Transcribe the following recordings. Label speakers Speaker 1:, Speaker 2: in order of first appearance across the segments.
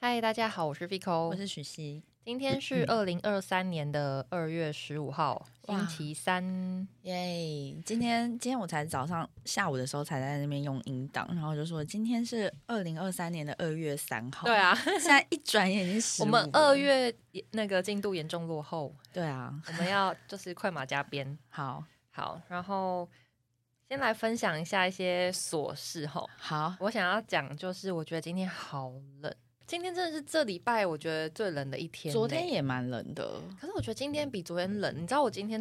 Speaker 1: 嗨，大家好，我是嗯 Vico，
Speaker 2: 我是许熙，
Speaker 1: 今天是二零二三年的二月十五号，星
Speaker 2: 哇
Speaker 1: 期三。
Speaker 2: 耶、今天今天我才早上下午的时候才在那边用音档，然后就说今天是二零二三年的二月三号。
Speaker 1: 对，啊，
Speaker 2: 现在一转眼已经十
Speaker 1: 我们二月也那个进度严重落后，
Speaker 2: 对啊，
Speaker 1: 我们要就是快马加鞭。
Speaker 2: 好
Speaker 1: 好，然后先来分享一下一些琐事哈。
Speaker 2: 好
Speaker 1: 我想要讲就是，我觉得今天好冷，今天真的是这礼拜我觉得最冷的一天呢。
Speaker 2: 昨天也蛮冷的，
Speaker 1: 可是我觉得今天比昨天冷，你知道我今天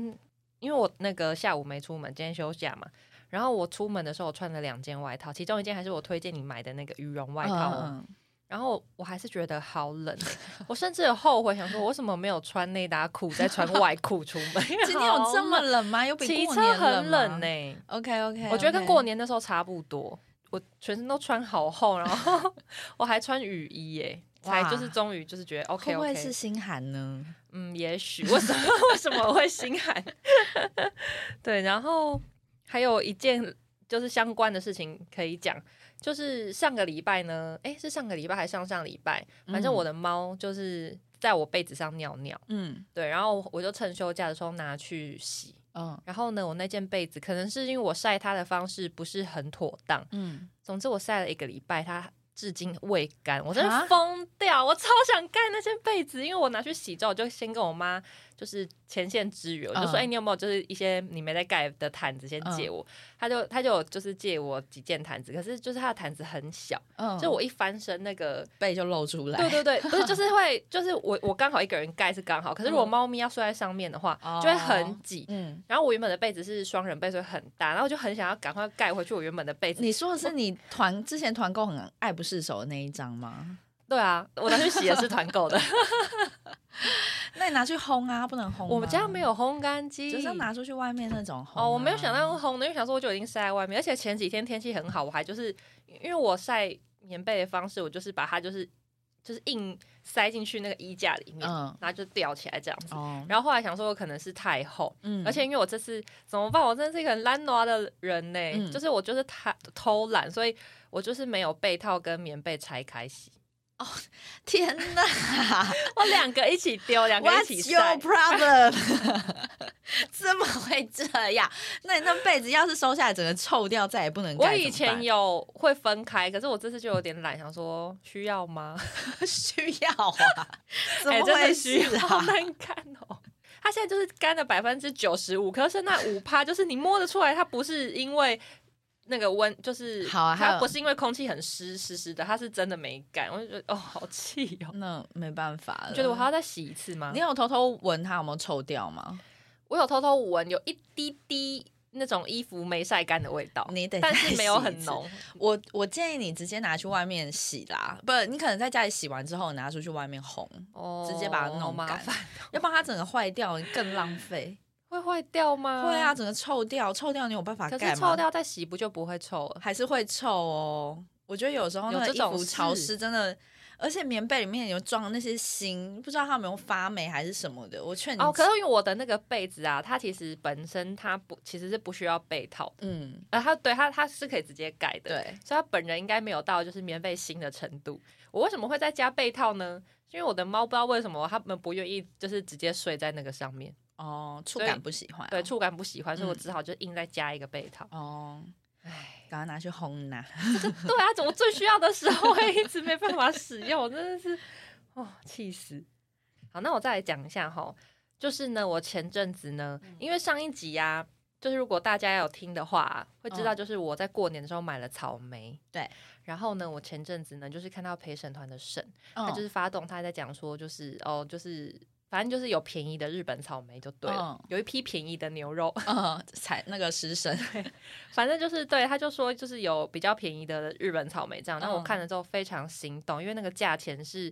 Speaker 1: 因为我那个下午没出门，今天休假嘛，然后我出门的时候我穿了两件外套，其中一件还是我推荐你买的那个羽绒外套 哦，
Speaker 2: 嗯。
Speaker 1: 然后我还是觉得好冷 欸、我甚至有后悔，想说我为什么没有穿内搭裤，再穿外裤出门
Speaker 2: 今天有这么 冷吗？有比
Speaker 1: 骑
Speaker 2: 过
Speaker 1: 车
Speaker 2: 年
Speaker 1: 很冷
Speaker 2: 呢、
Speaker 1: 呢、
Speaker 2: OK OK，
Speaker 1: 我觉得跟过年的时候差不多。我全身都穿好厚，然后 我还穿雨衣耶、才
Speaker 2: 哇
Speaker 1: 就是终于就是觉得 OK
Speaker 2: 会
Speaker 1: OK，
Speaker 2: 不会是心寒呢？
Speaker 1: 嗯，也许为什么为什么会心寒？ 对，然后还有一件就是相关的事情可以讲，就是上个礼拜呢，诶，是上个礼拜还是上上礼拜，反正
Speaker 2: 嗯
Speaker 1: 我的猫就是在我被子上尿尿，
Speaker 2: 嗯
Speaker 1: 对，然后我就趁休假的时候拿去洗，
Speaker 2: 嗯
Speaker 1: 然后呢，我那件被子可能是因为我晒它的方式不是很妥当，
Speaker 2: 嗯，
Speaker 1: 总之我晒了一个礼拜，它。至今未干，我真
Speaker 2: 啊
Speaker 1: 的疯掉！我超想盖那件被子，因为我拿去洗之后，我就先跟我妈就是前线支援，我就说：“
Speaker 2: 嗯
Speaker 1: 哎、你有没有就是一些你没在盖的毯子先借我？”她就她就就是借我几件毯子，可是就是她的毯子很小，
Speaker 2: 嗯
Speaker 1: 就我一翻身那个，
Speaker 2: 背就露出来。
Speaker 1: 对对对，不是就是 会就是我我刚好一个人盖是刚好，可是如果
Speaker 2: 嗯
Speaker 1: 猫咪要睡在上面的话，
Speaker 2: 哦
Speaker 1: 就会很挤。
Speaker 2: 嗯，
Speaker 1: 然后我原本的被子是双人被，所以很大，然后我就很想要赶快盖回去我原本的被子，
Speaker 2: 你说的是你团之前团购很爱不释手的那一张吗？
Speaker 1: 对啊， 我拿去洗的是团购 的，
Speaker 2: 那你拿去烘啊，不能烘吗。
Speaker 1: 我们家没有烘干机，
Speaker 2: 就是要拿出去外面那种烘啊、
Speaker 1: 哦，我没有想到用烘的，因为想说我就已经晒在外面，而且前几天天气很好，我还就是因为我晒棉被的方式，我就是把它就是就是硬塞进去那个衣架里面，
Speaker 2: 嗯
Speaker 1: 然后就吊起来这样子。
Speaker 2: 哦，
Speaker 1: 然后后来想说，我可能是太厚，
Speaker 2: 嗯
Speaker 1: 嗯而且因为我这次怎么办？我真的是一个很懒惰的人呢、
Speaker 2: 嗯
Speaker 1: 就是我就是太偷懒，所以我就是没有被套跟棉被拆开洗，
Speaker 2: 天哪
Speaker 1: 我两个一起丢，两个一起
Speaker 2: ，What's your
Speaker 1: 晒。
Speaker 2: problem？怎么会这样？那你那被子要是收下来，整个臭掉，再也不能盖。
Speaker 1: 我以前有会分开，可是我这次就有点懒，想说需要 吗？哎
Speaker 2: 怎么办 需要 啊，怎么
Speaker 1: 真
Speaker 2: 会
Speaker 1: 的需
Speaker 2: 是
Speaker 1: 要，
Speaker 2: 啊？
Speaker 1: 好难看哦。它现在就是干了百分之九十五，可是那五趴就是你摸得出来，它不是因为那个温，就是
Speaker 2: 好啊还
Speaker 1: 它
Speaker 2: 有
Speaker 1: 不是因为空气很湿湿湿的，它是真的没干。我就觉得哦，好气哦。
Speaker 2: 那没办法了。
Speaker 1: 你觉得我还要再洗一次吗
Speaker 2: 你？有偷偷闻它有没有臭掉吗？
Speaker 1: 我有偷偷闻，有一滴滴那种衣服没晒干的味道，
Speaker 2: 你得
Speaker 1: 但
Speaker 2: 再洗
Speaker 1: 是
Speaker 2: 一
Speaker 1: 没有很
Speaker 2: 次
Speaker 1: 浓。
Speaker 2: 我我建议你直接拿去外面洗啦，不，你可能在家里洗完之后拿出去外面烘，
Speaker 1: 哦
Speaker 2: 直接把它弄
Speaker 1: 好麻
Speaker 2: 干
Speaker 1: 烦，
Speaker 2: 要不然它整个坏掉更浪费。
Speaker 1: 会坏掉吗？
Speaker 2: 会啊，，整个臭掉，臭掉你有办
Speaker 1: 嗯
Speaker 2: 法
Speaker 1: 可
Speaker 2: 盖
Speaker 1: 是
Speaker 2: 吗？
Speaker 1: 臭掉再洗不就不会臭了？
Speaker 2: 还是会臭哦。我觉得有时候那
Speaker 1: 有
Speaker 2: 个
Speaker 1: 这
Speaker 2: 衣
Speaker 1: 种
Speaker 2: 服潮
Speaker 1: 事
Speaker 2: 湿真的，而且棉被里面有装那些芯，不知道它有没有发霉还是什么的。我劝你
Speaker 1: 哦，可是因为我的那个被子啊，它其实本身它不其实是不需要被套的，
Speaker 2: 嗯，
Speaker 1: 呃，它对它它是可以直接盖的，，
Speaker 2: 对，
Speaker 1: 所以它本人应该没有到就是棉被芯的程度。我为什么会再加被套呢？是因为我的猫不知道为什么它们不愿意就是直接睡在那个上面，
Speaker 2: 哦，触
Speaker 1: 所以
Speaker 2: 感不喜欢、
Speaker 1: 对，，触感不喜欢，所以我
Speaker 2: 嗯
Speaker 1: 只好就硬再加一个被套。
Speaker 2: 哦，
Speaker 1: 唉，
Speaker 2: 赶快拿去烘 呐、
Speaker 1: 对啊，怎么最需要的时候会一直没办法使用，我真的是 哦，气死！好，那我再来讲一下哈，就是呢，我前阵子呢，
Speaker 2: 嗯
Speaker 1: 因为上一集呀、就是如果大家有听的话，啊会知道就是我在过年的时候买了草莓，
Speaker 2: 嗯对。
Speaker 1: 然后呢，我前阵子呢，就是看到陪审团的审，
Speaker 2: 嗯
Speaker 1: 他就是发动，他在讲说，就是哦，就是反正就是有便宜的日本草莓就对了，
Speaker 2: 嗯
Speaker 1: 有一批便宜的牛肉，
Speaker 2: 嗯， 踩那个湿身，
Speaker 1: 反正就是对，他就说就是有比较便宜的日本草莓这样，那、我
Speaker 2: 嗯
Speaker 1: 看了之后非常心动，因为那个价钱是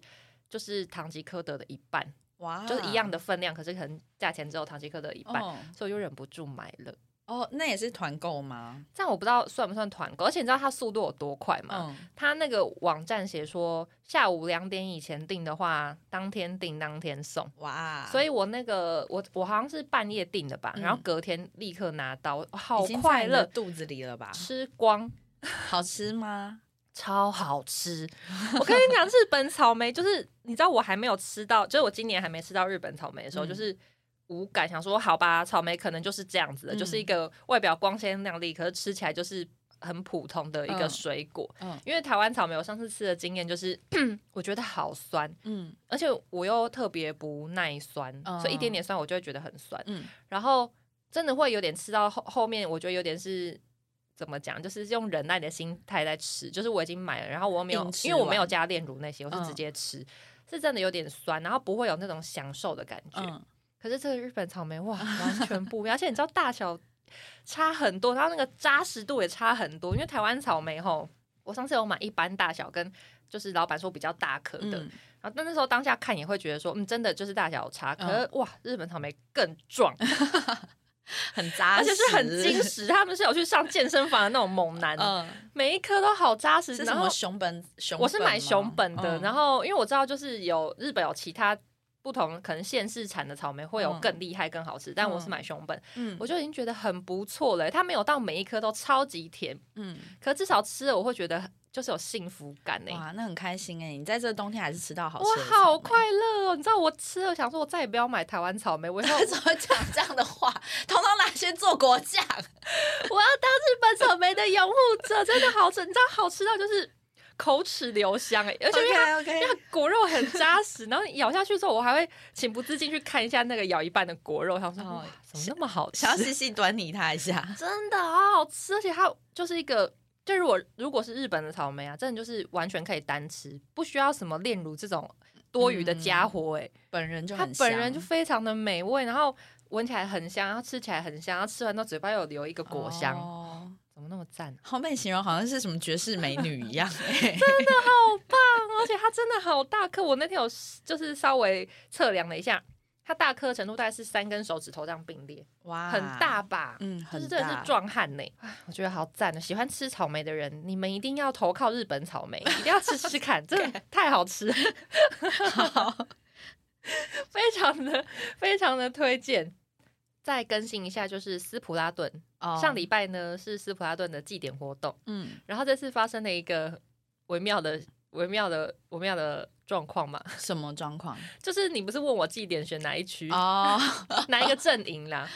Speaker 1: 就是唐吉诃德的一半，
Speaker 2: 哇，
Speaker 1: 就是一样的分量，可是可能价钱只有唐吉诃德一半，
Speaker 2: 啊哦
Speaker 1: 所以我就忍不住买了。
Speaker 2: 哦，那也是团购吗？
Speaker 1: 这样我不知道算不算团购，而且你知道它速度有多快吗？
Speaker 2: 嗯，
Speaker 1: 它那个网站写说下午两点以前订的话，当天订当天送。
Speaker 2: 哇，
Speaker 1: 所
Speaker 2: 以
Speaker 1: 以我那个我我好像是半夜订的吧，
Speaker 2: 啊嗯
Speaker 1: 然后隔天立刻拿到，好
Speaker 2: 已经在
Speaker 1: 快
Speaker 2: 你的
Speaker 1: 乐，
Speaker 2: 肚子里了吧？
Speaker 1: 吃光。
Speaker 2: 好吃吗？
Speaker 1: 超好吃。我跟你讲，日本草莓就是你知道我还没有吃到，就是我今年还没吃到日本草莓的时候，
Speaker 2: 嗯
Speaker 1: 就是无感，想说好吧，草莓可能就是这样子的，
Speaker 2: 嗯
Speaker 1: 就是一个外表光鲜亮丽，可是吃起来就是很普通的一个
Speaker 2: 嗯
Speaker 1: 水果。
Speaker 2: 嗯
Speaker 1: 因为台湾草莓，我上次吃的经验就是， 我觉得好酸，
Speaker 2: 嗯
Speaker 1: 而且我又特别不耐酸，
Speaker 2: 嗯
Speaker 1: 所以一点点酸我就会觉得很酸。
Speaker 2: 嗯
Speaker 1: 然后真的会有点吃到后后面，我觉得有点是怎么讲，就是用忍耐的心态在吃。就是我已经买了，然后我又没有
Speaker 2: 硬，吃
Speaker 1: 因为我
Speaker 2: 完
Speaker 1: 没有加炼乳那些，我是
Speaker 2: 嗯
Speaker 1: 直接吃，是真的有点酸，然后不会有那种享受的感觉。
Speaker 2: 嗯，
Speaker 1: 可是这个日本草莓哇，完全不一样，而且你知道大小差很多，然后那个扎实度也差很多。因为台湾草莓吼，我上次有买一般大小跟。就是老板说比较大颗的，
Speaker 2: 嗯
Speaker 1: 然后但那时候当下看也会觉得说，嗯，真的就是大小有差，可是、
Speaker 2: 嗯
Speaker 1: 哇，日本草莓更壮，
Speaker 2: 很 扎
Speaker 1: 而
Speaker 2: 实，
Speaker 1: 且是很精。实。他们是有去上健身房的那种猛男，
Speaker 2: 嗯，
Speaker 1: 每一颗都好扎实。
Speaker 2: 是
Speaker 1: 然
Speaker 2: 什
Speaker 1: 后
Speaker 2: 么熊本？嗯熊
Speaker 1: 我是买熊本的，然
Speaker 2: 后
Speaker 1: 后因为我知道就是有日本有其他不同可能县市产的草莓会有
Speaker 2: 嗯
Speaker 1: 更厉害、更好吃，但我是买熊本，
Speaker 2: 嗯
Speaker 1: 我就已经觉得很不错了。欸它没有到每一颗都超级甜，
Speaker 2: 嗯，
Speaker 1: 可至少吃了我会觉得就是有幸福感呢、
Speaker 2: 哇，那很开心哎！你在这冬天还是吃到好
Speaker 1: 我
Speaker 2: 吃的草莓，
Speaker 1: 好 快乐哦！你知道我吃了，想说我再也不要买台湾草 莓，我以后
Speaker 2: 怎么会讲这样的话？通通拿去做果酱。
Speaker 1: 我要当日本草莓的拥护者， 真的好吃，你知道好吃到就是口齿留香哎、而且因为它
Speaker 2: OK，
Speaker 1: 因为它果肉很扎实，然后你咬下去之后，我还会情不自禁去看一下那个咬一半的果肉，想说、
Speaker 2: 哦
Speaker 1: 哇，怎么那么好吃
Speaker 2: 想要？细细端倪它一下。
Speaker 1: 真的好好吃，而且它就是一个，就如果如果是日本的草莓啊，真的就是完全可以单吃，不需要什么炼乳这种多余的家伙、欸。
Speaker 2: 本人就
Speaker 1: 它
Speaker 2: 很
Speaker 1: 本人就
Speaker 2: 香
Speaker 1: 非常的美味，然后闻起来很香，然后吃起来很香，然后吃完到嘴巴有留一个果香，
Speaker 2: 哦
Speaker 1: 怎么那么赞？
Speaker 2: 后被形容好像是什么绝世美女一 样、欸，
Speaker 1: 好棒！而且它真的好大颗，我那天有就是稍微测量了一下，它大颗程度大概是三根手指头这样并列，
Speaker 2: 哇
Speaker 1: 很大，吧？
Speaker 2: 啊嗯，
Speaker 1: 就是
Speaker 2: 很
Speaker 1: 真的是
Speaker 2: 大，
Speaker 1: 壮汉呢，唉我觉得好赞哦！喜欢吃草莓的人，你们一定要投靠日本草莓，一定要吃吃看，真 的太好吃，
Speaker 2: 好
Speaker 1: 非常的非常的推荐。再更新一下，就是斯普拉顿，
Speaker 2: 哦
Speaker 1: 上礼拜呢是斯普拉顿的祭典活动，
Speaker 2: 嗯，
Speaker 1: 然后这次发生了一个微妙的、微妙的、微妙的状况嘛，
Speaker 2: 什么状 况？
Speaker 1: 就是你不是问我绩点选哪一区、
Speaker 2: 哦，
Speaker 1: 哪一个阵营啦？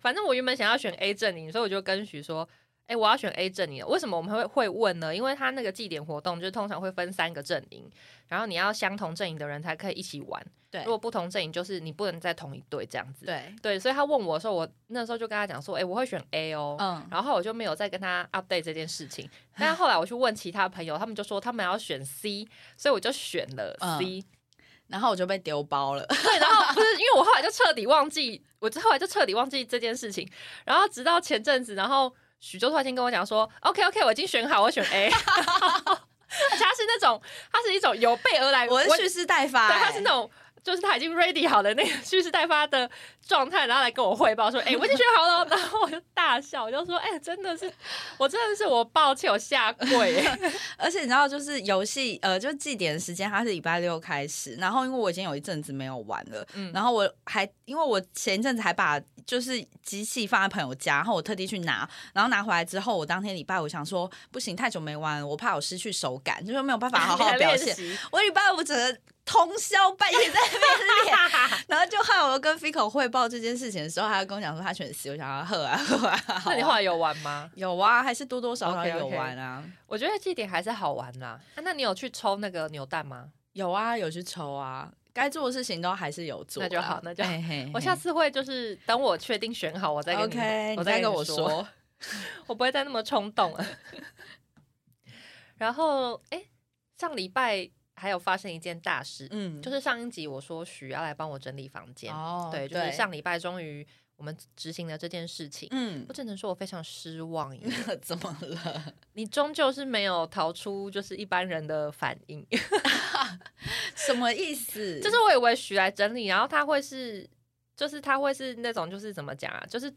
Speaker 1: 反正我原本想要选 A 阵营，所以我就跟许说。哎、我要选 A 阵营。为什么我们会会问呢？因为他那个祭典活动，就是通常会分三个阵营，然后你要相同阵营的人才可以一起玩。
Speaker 2: 对
Speaker 1: 如果不同阵营，就是你不能在同一队这样子。
Speaker 2: 对，
Speaker 1: 对，所以他问我的时候，我那时候就跟他讲说，哎、我会选 A 哦。
Speaker 2: 嗯，
Speaker 1: 然后我就没有再跟他 update 这件事情。但是后来我去问其他朋友，他们就说他们要选 C，所以我就选了
Speaker 2: 嗯
Speaker 1: C。
Speaker 2: 然后我就被丢包了，
Speaker 1: 对，然后不是因为我后来就彻底忘记，我后来就彻底忘记这件事情。然后直到前阵子，然后许就突然间跟我讲说，OK OK，我已经选好，我选 A。而 且他是那种，他是一种有备而来，
Speaker 2: 我是
Speaker 1: 哎我
Speaker 2: 蓄势待发、
Speaker 1: 对，
Speaker 2: 欸，
Speaker 1: 他是那种。就是他已经 ready 好的那个蓄势待发的状态，然后来跟我汇报说：“哎、我已经选好了。” 然后我就大笑，我就说：“哎、真的是，我真的是我抱歉，我下跪。欸
Speaker 2: 而且你知道，就是游戏，呃，就祭典的时间，它是礼拜六开始。然后因为我已经有一阵子没有玩了，
Speaker 1: 嗯
Speaker 2: 然后我还因为我前一阵子还把就是机器放在朋友家，然后我特地去拿，然后拿回来之后，我当天礼拜我想说不行，太久没玩了，我怕我失去手感，就是没有办法好好 表现。我礼拜五整个通宵半夜在 那边练，然后就害我跟 Fico 汇报这件事情的时候，他就跟我讲说他选 C，我想要喝啊 喝啊。好
Speaker 1: 那
Speaker 2: 啊
Speaker 1: 你后来有玩吗？
Speaker 2: 有啊，还是多多少少
Speaker 1: OK，OK
Speaker 2: 有玩啊
Speaker 1: 我觉得祭典还是好玩啦。啊那你有去抽那个扭蛋吗？
Speaker 2: 有啊，有去抽啊，该做的事情都还是有做啊、
Speaker 1: 那就好那 就好
Speaker 2: 嘿嘿嘿
Speaker 1: 我下次会就是等我确定选好，我再跟你
Speaker 2: 嗯 OK，
Speaker 1: 我
Speaker 2: 你再
Speaker 1: 跟
Speaker 2: 跟我
Speaker 1: 说，
Speaker 2: 说。
Speaker 1: 我不会再那么冲动了。然后，哎、上礼拜还有发生一件大事，
Speaker 2: 嗯，
Speaker 1: 就是上一集我说许要来帮我整理房间，
Speaker 2: 哦，
Speaker 1: 对，就是上礼拜终于我们执行了这件事情。
Speaker 2: 嗯
Speaker 1: 我， 只能说我非常失望耶，
Speaker 2: 怎么了？
Speaker 1: 你终究是没有逃出就是一般人的反应。
Speaker 2: 什么意思？
Speaker 1: 就是我以为许来整理，然后他会是，就是他会是那种，就是怎么讲啊，就是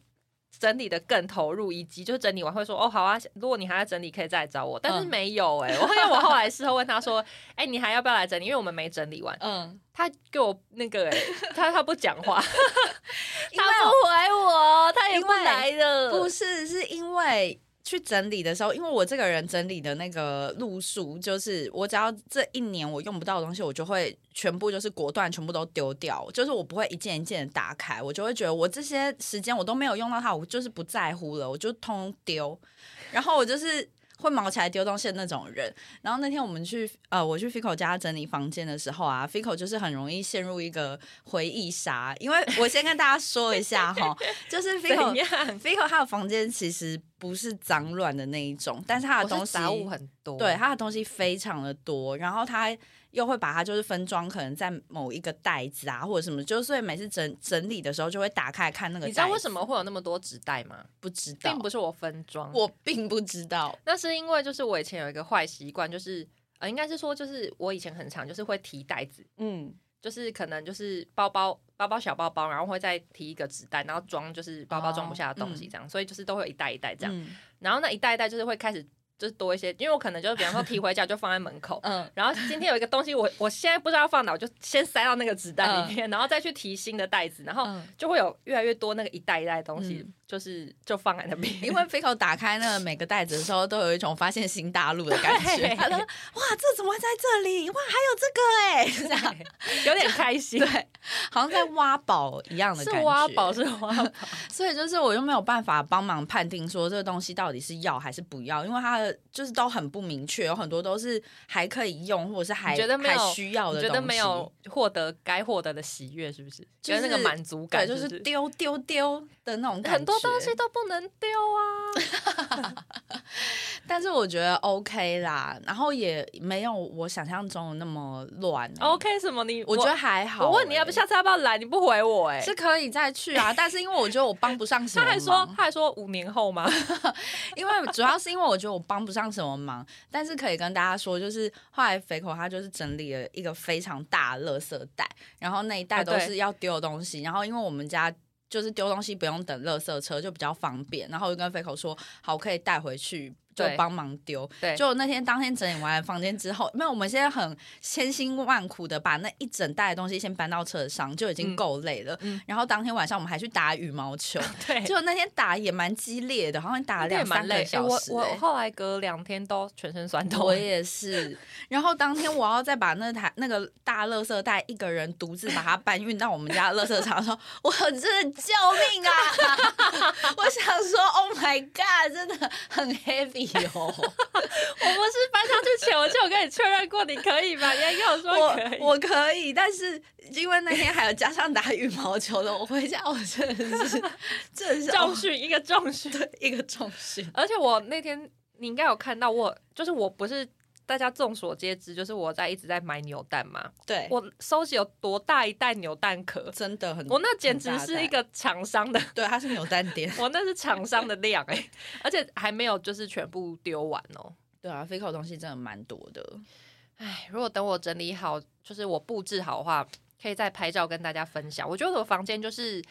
Speaker 1: 整理的更投入，以及就是整理完会说哦好啊，如果你还要整理，可以再来找我。但是
Speaker 2: 嗯
Speaker 1: 没有哎、我因为 我后来事后问他说，哎、你还要不要来整理？因为我们没整理完，
Speaker 2: 嗯，
Speaker 1: 他给我那个哎、他他不讲话，
Speaker 2: 因
Speaker 1: 他
Speaker 2: 为
Speaker 1: 不回我，他也
Speaker 2: 因
Speaker 1: 不
Speaker 2: 为
Speaker 1: 来了，
Speaker 2: 不是，是因为。去整理的时候，因为我这个人整理的那个路数，就是我只要这一年我用不到的东西，我就会全部就是果断全部都丢掉，就是我不会一件一件的打开，我就会觉得我这些时间我都没有用到它，我就是不在乎了，我就通丢。然后我就是会毛起来丢东西的那种人。然后那天我们去呃，我去 Fico 家整理房间的时候啊，Fico 就是很容易陷入一个回忆杀，因为我先跟大家说一下哈，就是 Fico
Speaker 1: 怎样？
Speaker 2: Fico 他的房间其实不是脏乱的那一种，但是他的
Speaker 1: 我
Speaker 2: 东
Speaker 1: 哦是
Speaker 2: 西
Speaker 1: 杂物很多，
Speaker 2: 对，他的东西非常的多，然后他又会把它就是分装，可能在某一个袋子啊或者什么，就是所以每次整整理的时候就会打开看那个袋
Speaker 1: 你
Speaker 2: 子。
Speaker 1: 知道为什么会有那么多纸袋吗？
Speaker 2: 不知道？
Speaker 1: 并不是我分装，
Speaker 2: 我并不知道。
Speaker 1: 那是因为就是我以前有一个坏习惯，就是呃，应该是说就是我以前很常就是会提袋子，
Speaker 2: 嗯，
Speaker 1: 就是可能就是包包、包包、小包包，然后会再提一个纸袋，然后装就是包包装不下的东西这样，所以就是都会有一袋一袋这样。
Speaker 2: 嗯
Speaker 1: 然后那一袋一袋就是会开始就是多一些，因为我可能就是比方说提回家就放在门口。
Speaker 2: 嗯
Speaker 1: 然后今天有一个东西我，我现在不知道要放哪，我就先塞到那个纸袋里面，然后再去提新的袋子，然后
Speaker 2: 嗯，
Speaker 1: 就会有越来越多那个一袋一袋的东西，
Speaker 2: 嗯
Speaker 1: 就是就放在那边。
Speaker 2: 因为 Fico 打开那个每个袋子的时候，都有一种发现新大陆的感觉。
Speaker 1: 对
Speaker 2: 他说：“哇，这怎么会在这里？哇，还有这个哎、欸，
Speaker 1: 有点开心，对，
Speaker 2: 好像在挖宝一样的
Speaker 1: 是
Speaker 2: 感觉。
Speaker 1: 挖宝是挖宝，
Speaker 2: 所以就是我又没有办法帮忙判定说这个东西到底是要还是不要，因为它的就是都很不明确，有很多都是还可以用或者是还
Speaker 1: 你觉得没有
Speaker 2: 还需要
Speaker 1: 你
Speaker 2: 的
Speaker 1: 觉
Speaker 2: 东西，
Speaker 1: 得没有获得该获得的喜悦，是不是？
Speaker 2: 就
Speaker 1: 跟那个
Speaker 2: 是
Speaker 1: 满足感
Speaker 2: 对，就是
Speaker 1: 不是
Speaker 2: 丢丢丢的那种感觉。
Speaker 1: 很多东西，都不能丢啊。
Speaker 2: 但是我觉得 OK 啦，然后也没有我想象中的那么乱、啊
Speaker 1: OK，什么你？
Speaker 2: 我觉得还
Speaker 1: 嗯
Speaker 2: 好、
Speaker 1: 哦我问你要啊不
Speaker 2: 欸
Speaker 1: 下次要不要来，你不回我哎、
Speaker 2: 是可以再去啊，但是因为我觉得我帮不上什
Speaker 1: 他
Speaker 2: 么忙，
Speaker 1: 还说他还说五年后吗？
Speaker 2: 因为主要是因为我觉得我帮不上什么忙，但是可以跟大家说，就是后来肥口他就是整理了一个非常大的垃圾袋，然后那一袋
Speaker 1: 啊
Speaker 2: 都
Speaker 1: 对
Speaker 2: 是要丢的东西，然后因为我们家。就是丢东西不用等垃圾车，就比较方便。然后我就跟肥口说，好，我可以带回去，就
Speaker 1: 对
Speaker 2: 帮忙丢。
Speaker 1: 对
Speaker 2: 就那天当天整理完房间之后，没有，我们现在很千辛万苦的把那一整袋的东西先搬到车上，就已经
Speaker 1: 嗯
Speaker 2: 够累了。
Speaker 1: 嗯
Speaker 2: 然后当天晚上我们还去打羽毛球，
Speaker 1: 对
Speaker 2: 结果那天打也蛮激烈的，好像打了
Speaker 1: 哎也
Speaker 2: 两
Speaker 1: 蛮
Speaker 2: 三
Speaker 1: 累
Speaker 2: 个
Speaker 1: 欸。
Speaker 2: 小
Speaker 1: 我
Speaker 2: 时、
Speaker 1: 我
Speaker 2: 欸
Speaker 1: 后来隔两天都全身酸痛
Speaker 2: 我。也是，然后当天我要再把那台那个大垃圾袋一个人独自把它搬运到我们家的垃圾场的时候，我真的救命啊！ 我想说，Oh my God，真的很 heavy 哦。
Speaker 1: 我们是搬上去前我就有跟你确认过，你可以吧？你还跟我说可以。
Speaker 2: 我我可以，但是因为那天还有加上打羽毛球的，我回家我 真的是，真的 是哦
Speaker 1: 重训一个重训，
Speaker 2: 一个重训。
Speaker 1: 而且我那天你应该有看到我，就是我不是大家众所皆知，就是我在一直在买扭蛋嘛，
Speaker 2: 对，
Speaker 1: 我收集有多大一袋扭蛋壳，
Speaker 2: 真的嗯很，
Speaker 1: 我那简直是一个厂商的，
Speaker 2: 对，它是扭蛋店。
Speaker 1: 我那是厂商的量哎、 而且还没有就是全部丢完哦。
Speaker 2: 对啊，飞口东西真的蛮多的。
Speaker 1: 哎，如果等我整理好，就是我布置好的话，可以再拍照跟大家分享。我觉得我房间就是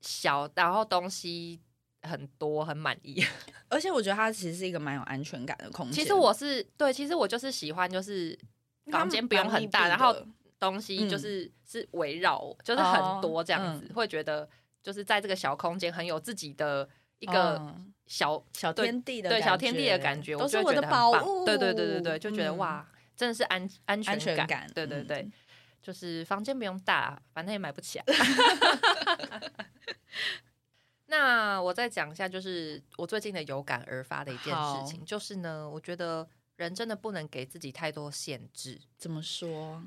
Speaker 1: 小，然后东西很多，很满意。
Speaker 2: 而且我觉得它其实是一个蛮有安全感的空
Speaker 1: 其
Speaker 2: 间。
Speaker 1: 实我是对，其实我就是喜欢就是
Speaker 2: 因为它
Speaker 1: 房间不用很大，
Speaker 2: 蛮
Speaker 1: 然
Speaker 2: 密闭的嗯
Speaker 1: 后东西就是、是围绕我，就是
Speaker 2: 哦
Speaker 1: 很多这
Speaker 2: 嗯
Speaker 1: 样子，会觉得就是在这个小空间很有自己的一个
Speaker 2: 嗯
Speaker 1: 小、
Speaker 2: 小
Speaker 1: 对
Speaker 2: 天地的
Speaker 1: 对
Speaker 2: 感
Speaker 1: 小天地的感觉，
Speaker 2: 都
Speaker 1: 就是会
Speaker 2: 我
Speaker 1: 觉
Speaker 2: 的
Speaker 1: 得很
Speaker 2: 宝
Speaker 1: 棒
Speaker 2: 物。
Speaker 1: 对对对对对，就觉得
Speaker 2: 嗯，
Speaker 1: 哇，真的是安安全
Speaker 2: 安全
Speaker 1: 感，
Speaker 2: 感
Speaker 1: 对对
Speaker 2: 嗯
Speaker 1: 对。就是房间不用大，反正也买不 起啊。 那我再讲一下，就是我最近的有感而发的一件
Speaker 2: 好
Speaker 1: 事情，就是呢，我觉得人真的不能给自己太多限制。
Speaker 2: 怎么说？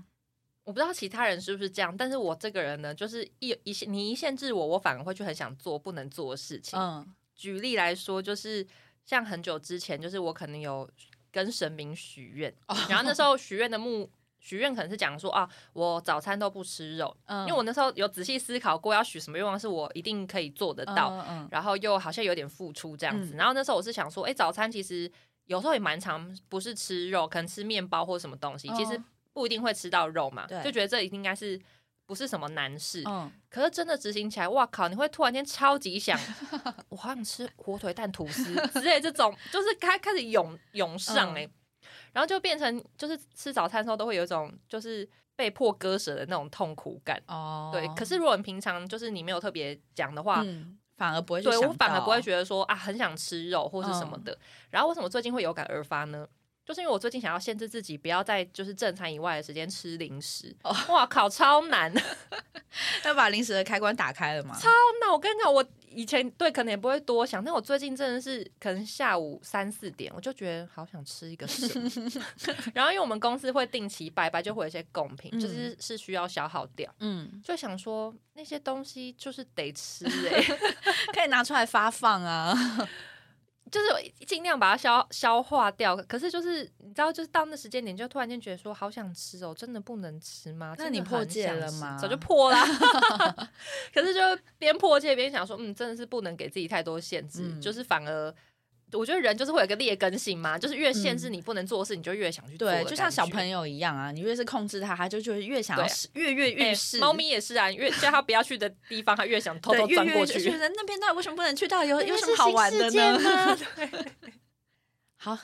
Speaker 1: 我不知道其他人是不是这样，但是我这个人呢，就是一一限你一限制我，我反而会去很想做不能做的事情。
Speaker 2: 嗯
Speaker 1: 举例来说，就是像很久之前，就是我可能有跟神明许愿，
Speaker 2: 哦
Speaker 1: 然后那时候许愿的目许愿可能是讲说啊，我早餐都不吃肉，
Speaker 2: 嗯
Speaker 1: 因为我那时候有仔细思考过要许什么愿望是我一定可以做得到，
Speaker 2: 嗯
Speaker 1: 然后又好像有点付出这样子。然后那时候我是想说，哎、早餐其实有时候也蛮常不是吃肉，可能吃面包或什么东西，
Speaker 2: 嗯
Speaker 1: 其实不一定会吃到肉嘛，
Speaker 2: 对
Speaker 1: 就觉得这应该是。不是什么难事，
Speaker 2: 嗯，
Speaker 1: 可是真的执行起来，哇靠！你会突然间超级想， 我好想吃火腿蛋 吐司之类这种，就是开开始涌涌上
Speaker 2: 嗯
Speaker 1: 哎、然后就变成就是吃早餐的时候都会有一种就是被迫割舍的那种痛苦感。
Speaker 2: 哦
Speaker 1: 对，可是如果你平常就是你没有特别讲的话，
Speaker 2: 嗯反而不会去
Speaker 1: 对
Speaker 2: 想
Speaker 1: 我反而
Speaker 2: 到嗯
Speaker 1: 不会觉得说啊很想吃肉或是什么的。然后为什么最近会有感而发呢？就是因为我最近想要限制自己，不要在就是正餐以外的时间吃零食。
Speaker 2: 哦
Speaker 1: 哇靠，超难！
Speaker 2: 要把零食的开关打开了嘛。
Speaker 1: 那我跟你讲，我以前对可能也不会多想，但我最近真的是可能下午三四点，我就觉得好想吃一个什么。 然后因为我们公司会定期拜拜，就会有一些贡品，
Speaker 2: 嗯
Speaker 1: 就是是需要消耗掉，
Speaker 2: 嗯，
Speaker 1: 就想说那些东西就是得 吃哎、
Speaker 2: 可以拿出来发放 啊。
Speaker 1: 就是尽量把它消消化掉。可是就是你知道，就是到那时间点，就突然间觉得说好想吃哦，真的不能吃吗？
Speaker 2: 那
Speaker 1: 真的
Speaker 2: 你破
Speaker 1: 很
Speaker 2: 戒
Speaker 1: 想
Speaker 2: 了
Speaker 1: 吃
Speaker 2: 吗
Speaker 1: 早就破 啦。可是就边破戒边想说，嗯，真的是不能给自己太多限制，
Speaker 2: 嗯
Speaker 1: 就是反而。我觉得人就是会有一个劣根性嘛，就是越限制你不能做的事，你就越想去做的
Speaker 2: 嗯对
Speaker 1: 感，觉。
Speaker 2: 就像小朋
Speaker 1: 友
Speaker 2: 友一样啊，你越是控制他，他就就是越想要
Speaker 1: 对哎
Speaker 2: 试，跃跃欲试。
Speaker 1: 猫咪也是啊，你越叫它不要去的地方，它越想偷偷
Speaker 2: 对，
Speaker 1: 钻
Speaker 2: 跃跃
Speaker 1: 过
Speaker 2: 欲试
Speaker 1: 去
Speaker 2: 觉。得那边到底为什么不能去？到底有
Speaker 1: 那
Speaker 2: 有
Speaker 1: 边
Speaker 2: 什
Speaker 1: 是
Speaker 2: 么好
Speaker 1: 新
Speaker 2: 玩
Speaker 1: 世
Speaker 2: 的
Speaker 1: 界
Speaker 2: 呢
Speaker 1: 吗？
Speaker 2: 好，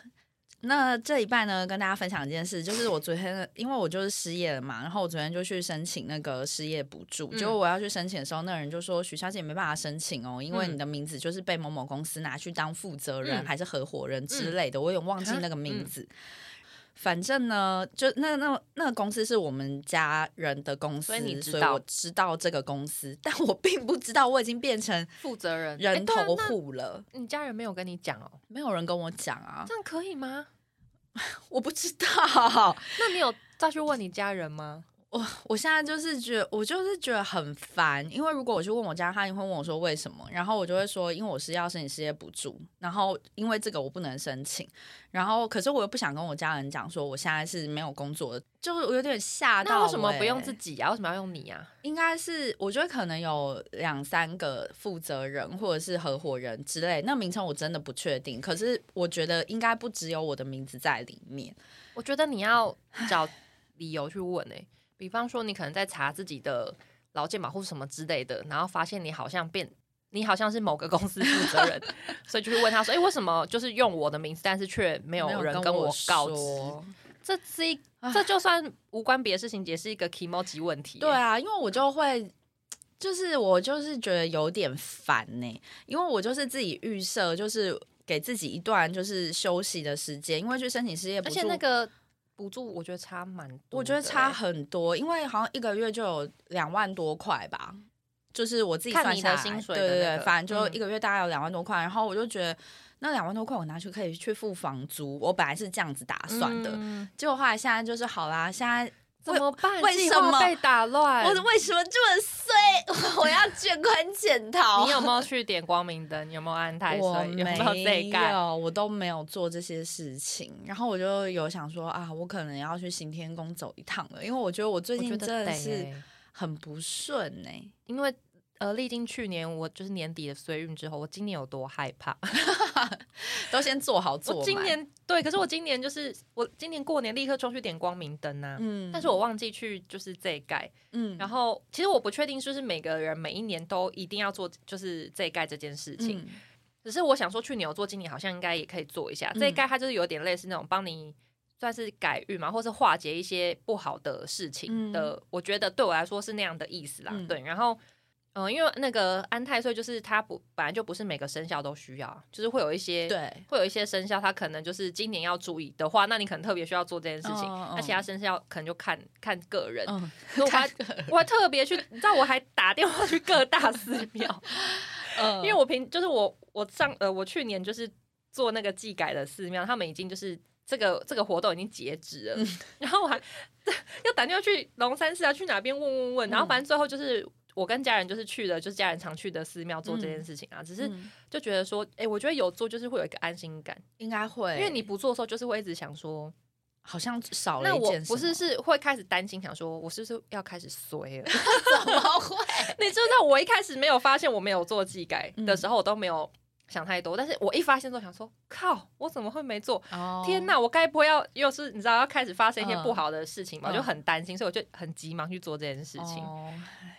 Speaker 2: 那这礼拜呢，跟大家分享一件事，就是我昨天因为我就是失业了嘛，然后我昨天就去申请那个失业补助，
Speaker 1: 嗯
Speaker 2: 结果我要去申请的时候，那人就说许小姐没办法申请哦，因为
Speaker 1: 嗯
Speaker 2: 你的名字就是被某某公司拿去当负责人、
Speaker 1: 嗯
Speaker 2: 还是合伙人之类的，我有点忘记那个名字。反正呢，就那那那个公司是我们家人的公司，
Speaker 1: 所以你知
Speaker 2: 所以
Speaker 1: 道
Speaker 2: 我知道这个公司，但我并不知道我已经变成
Speaker 1: 负责人，哎
Speaker 2: 人
Speaker 1: 对啊
Speaker 2: 头
Speaker 1: 那
Speaker 2: 户了，
Speaker 1: 你家人没有跟你讲哦？
Speaker 2: 没有人跟我讲啊，
Speaker 1: 这样可以吗？
Speaker 2: 我不知道。
Speaker 1: 那你有再去问你家人 吗？
Speaker 2: 我 我现在就是觉得，我就是觉得很烦，因为如果我去问我家，他也会问我说为什么，然后我就会说，因为我是要申请失业补助，然后因为这个我不能申请，然后可是我又不想跟我家人讲说我现在是没有工作的，就是我有点吓到、
Speaker 1: 那为什么不用自
Speaker 2: 己？
Speaker 1: 己啊？为什么要用你啊？
Speaker 2: 应该是我觉得可能有两三个负责人或者是合伙人之类，那名称我真的不确定，可是我觉得应该不只有我的名字在里面。
Speaker 1: 我觉得你要找理由去问诶、比方说你可能在查自己的劳健保或什么之类的，然后发现你好像变。你好像是某个公司负责 人，所以就去问他说：“哎、为什么就是用我的名字，但是却没有人
Speaker 2: 跟
Speaker 1: 我告知？
Speaker 2: 说。
Speaker 1: 这是一，这就算无关别的事情，也是一个 emoji 问题、
Speaker 2: 对，啊，因为我就会，就是我就是觉得有点烦呢、因为我就是自己预设，就是给自己一段就是休息的时间，因为去申请失业补
Speaker 1: 而
Speaker 2: 助，
Speaker 1: 且那个补助，我觉得差蛮多的欸、
Speaker 2: 我觉得差很多，因为好像一个月就有两万多块吧。就是我自己
Speaker 1: 看
Speaker 2: 算
Speaker 1: 你
Speaker 2: 下来，
Speaker 1: 的薪水的
Speaker 2: 对对
Speaker 1: 那
Speaker 2: 对，
Speaker 1: 个
Speaker 2: 反正就
Speaker 1: 嗯
Speaker 2: 一个月大概有两万多块，然后我就觉得那两万多块我拿去可以去付房租，我本来是这样子打算的，
Speaker 1: 嗯
Speaker 2: 结果后来现在就是好啦，现在
Speaker 1: 怎么办？
Speaker 2: 为
Speaker 1: 计
Speaker 2: 什
Speaker 1: 划
Speaker 2: 么
Speaker 1: 被打乱？
Speaker 2: 我为什么这么衰？我要卷款潜逃。
Speaker 1: 你有 没有去点光明灯？你有没有安太岁？
Speaker 2: 我
Speaker 1: 有没有这一盖？
Speaker 2: 有，我都没有做这些事情。然后我就有想说啊，我可能要去行天宫走一趟了，因为我觉得我最
Speaker 1: 我觉
Speaker 2: 近
Speaker 1: 得
Speaker 2: 真
Speaker 1: 得
Speaker 2: 的是
Speaker 1: 欸
Speaker 2: 很不顺呢、欸
Speaker 1: 因为呃，历经去年我就是年底的衰运之后，我今年有多害 怕？
Speaker 2: 都先做好做
Speaker 1: 我
Speaker 2: 满。
Speaker 1: 今年对，可是我今年就是我今年过年立刻冲去点光明灯啊。
Speaker 2: 嗯，
Speaker 1: 但是我忘记去就是这一盖，
Speaker 2: 嗯，
Speaker 1: 然后其实我不确定，就是每个人每一年都一定要做就是这一盖这件事情，
Speaker 2: 嗯
Speaker 1: 只是我想说，去年有做，今年好像应该也可以做一下。这一
Speaker 2: 嗯
Speaker 1: 盖它就是有点类似那种帮你算是改运嘛，或是化解一些不好的事情
Speaker 2: 嗯
Speaker 1: 的。我觉得对我来说是那样的意思啦。
Speaker 2: 嗯
Speaker 1: 对，然后嗯、呃因为那个安太岁就是它不本来就不是每个生肖都需要，啊就是会有一些
Speaker 2: 对
Speaker 1: 会有一些生肖它可能就是今年要注意的话，那你可能特别需要做这件事情。
Speaker 2: 嗯嗯
Speaker 1: 那其他生肖可能就看看个人。
Speaker 2: 嗯，
Speaker 1: 所以我还我还特别去，你知道我还打电话去各大寺庙。因为
Speaker 2: 我
Speaker 1: 我平就是我我上呃我去年就是做那个祭改的寺庙，他们已经就是这个这个活动已经截止了，
Speaker 2: 嗯
Speaker 1: 然后我还要打电话去龙山寺啊，去哪边问问问，然后
Speaker 2: 嗯
Speaker 1: 反正最后就是。我跟家人就是去了，就是家人常去的寺庙做这件
Speaker 2: 嗯
Speaker 1: 事情啊，只
Speaker 2: 是、
Speaker 1: 是就觉得说，哎、我觉得有做就是会有一个安心感，
Speaker 2: 应该会，
Speaker 1: 因为你不做的时候，就是会一直想说，
Speaker 2: 好像少了
Speaker 1: 那
Speaker 2: 一
Speaker 1: 我
Speaker 2: 件什
Speaker 1: 不
Speaker 2: 么，
Speaker 1: 是是会开始担心，想说我是不是要开始衰了？
Speaker 2: 怎么会？
Speaker 1: 你知道我一开始没有发现我没有做技改的时候，我都没有想太多，但是我一发现之后想说，靠，我怎么会没做？
Speaker 2: 哦
Speaker 1: 天哪，我该不会要又是你知道要开始发生一些
Speaker 2: 嗯
Speaker 1: 不好的事情嘛？我就
Speaker 2: 嗯
Speaker 1: 很担心，所以我就很急忙去做这件事情。
Speaker 2: 哦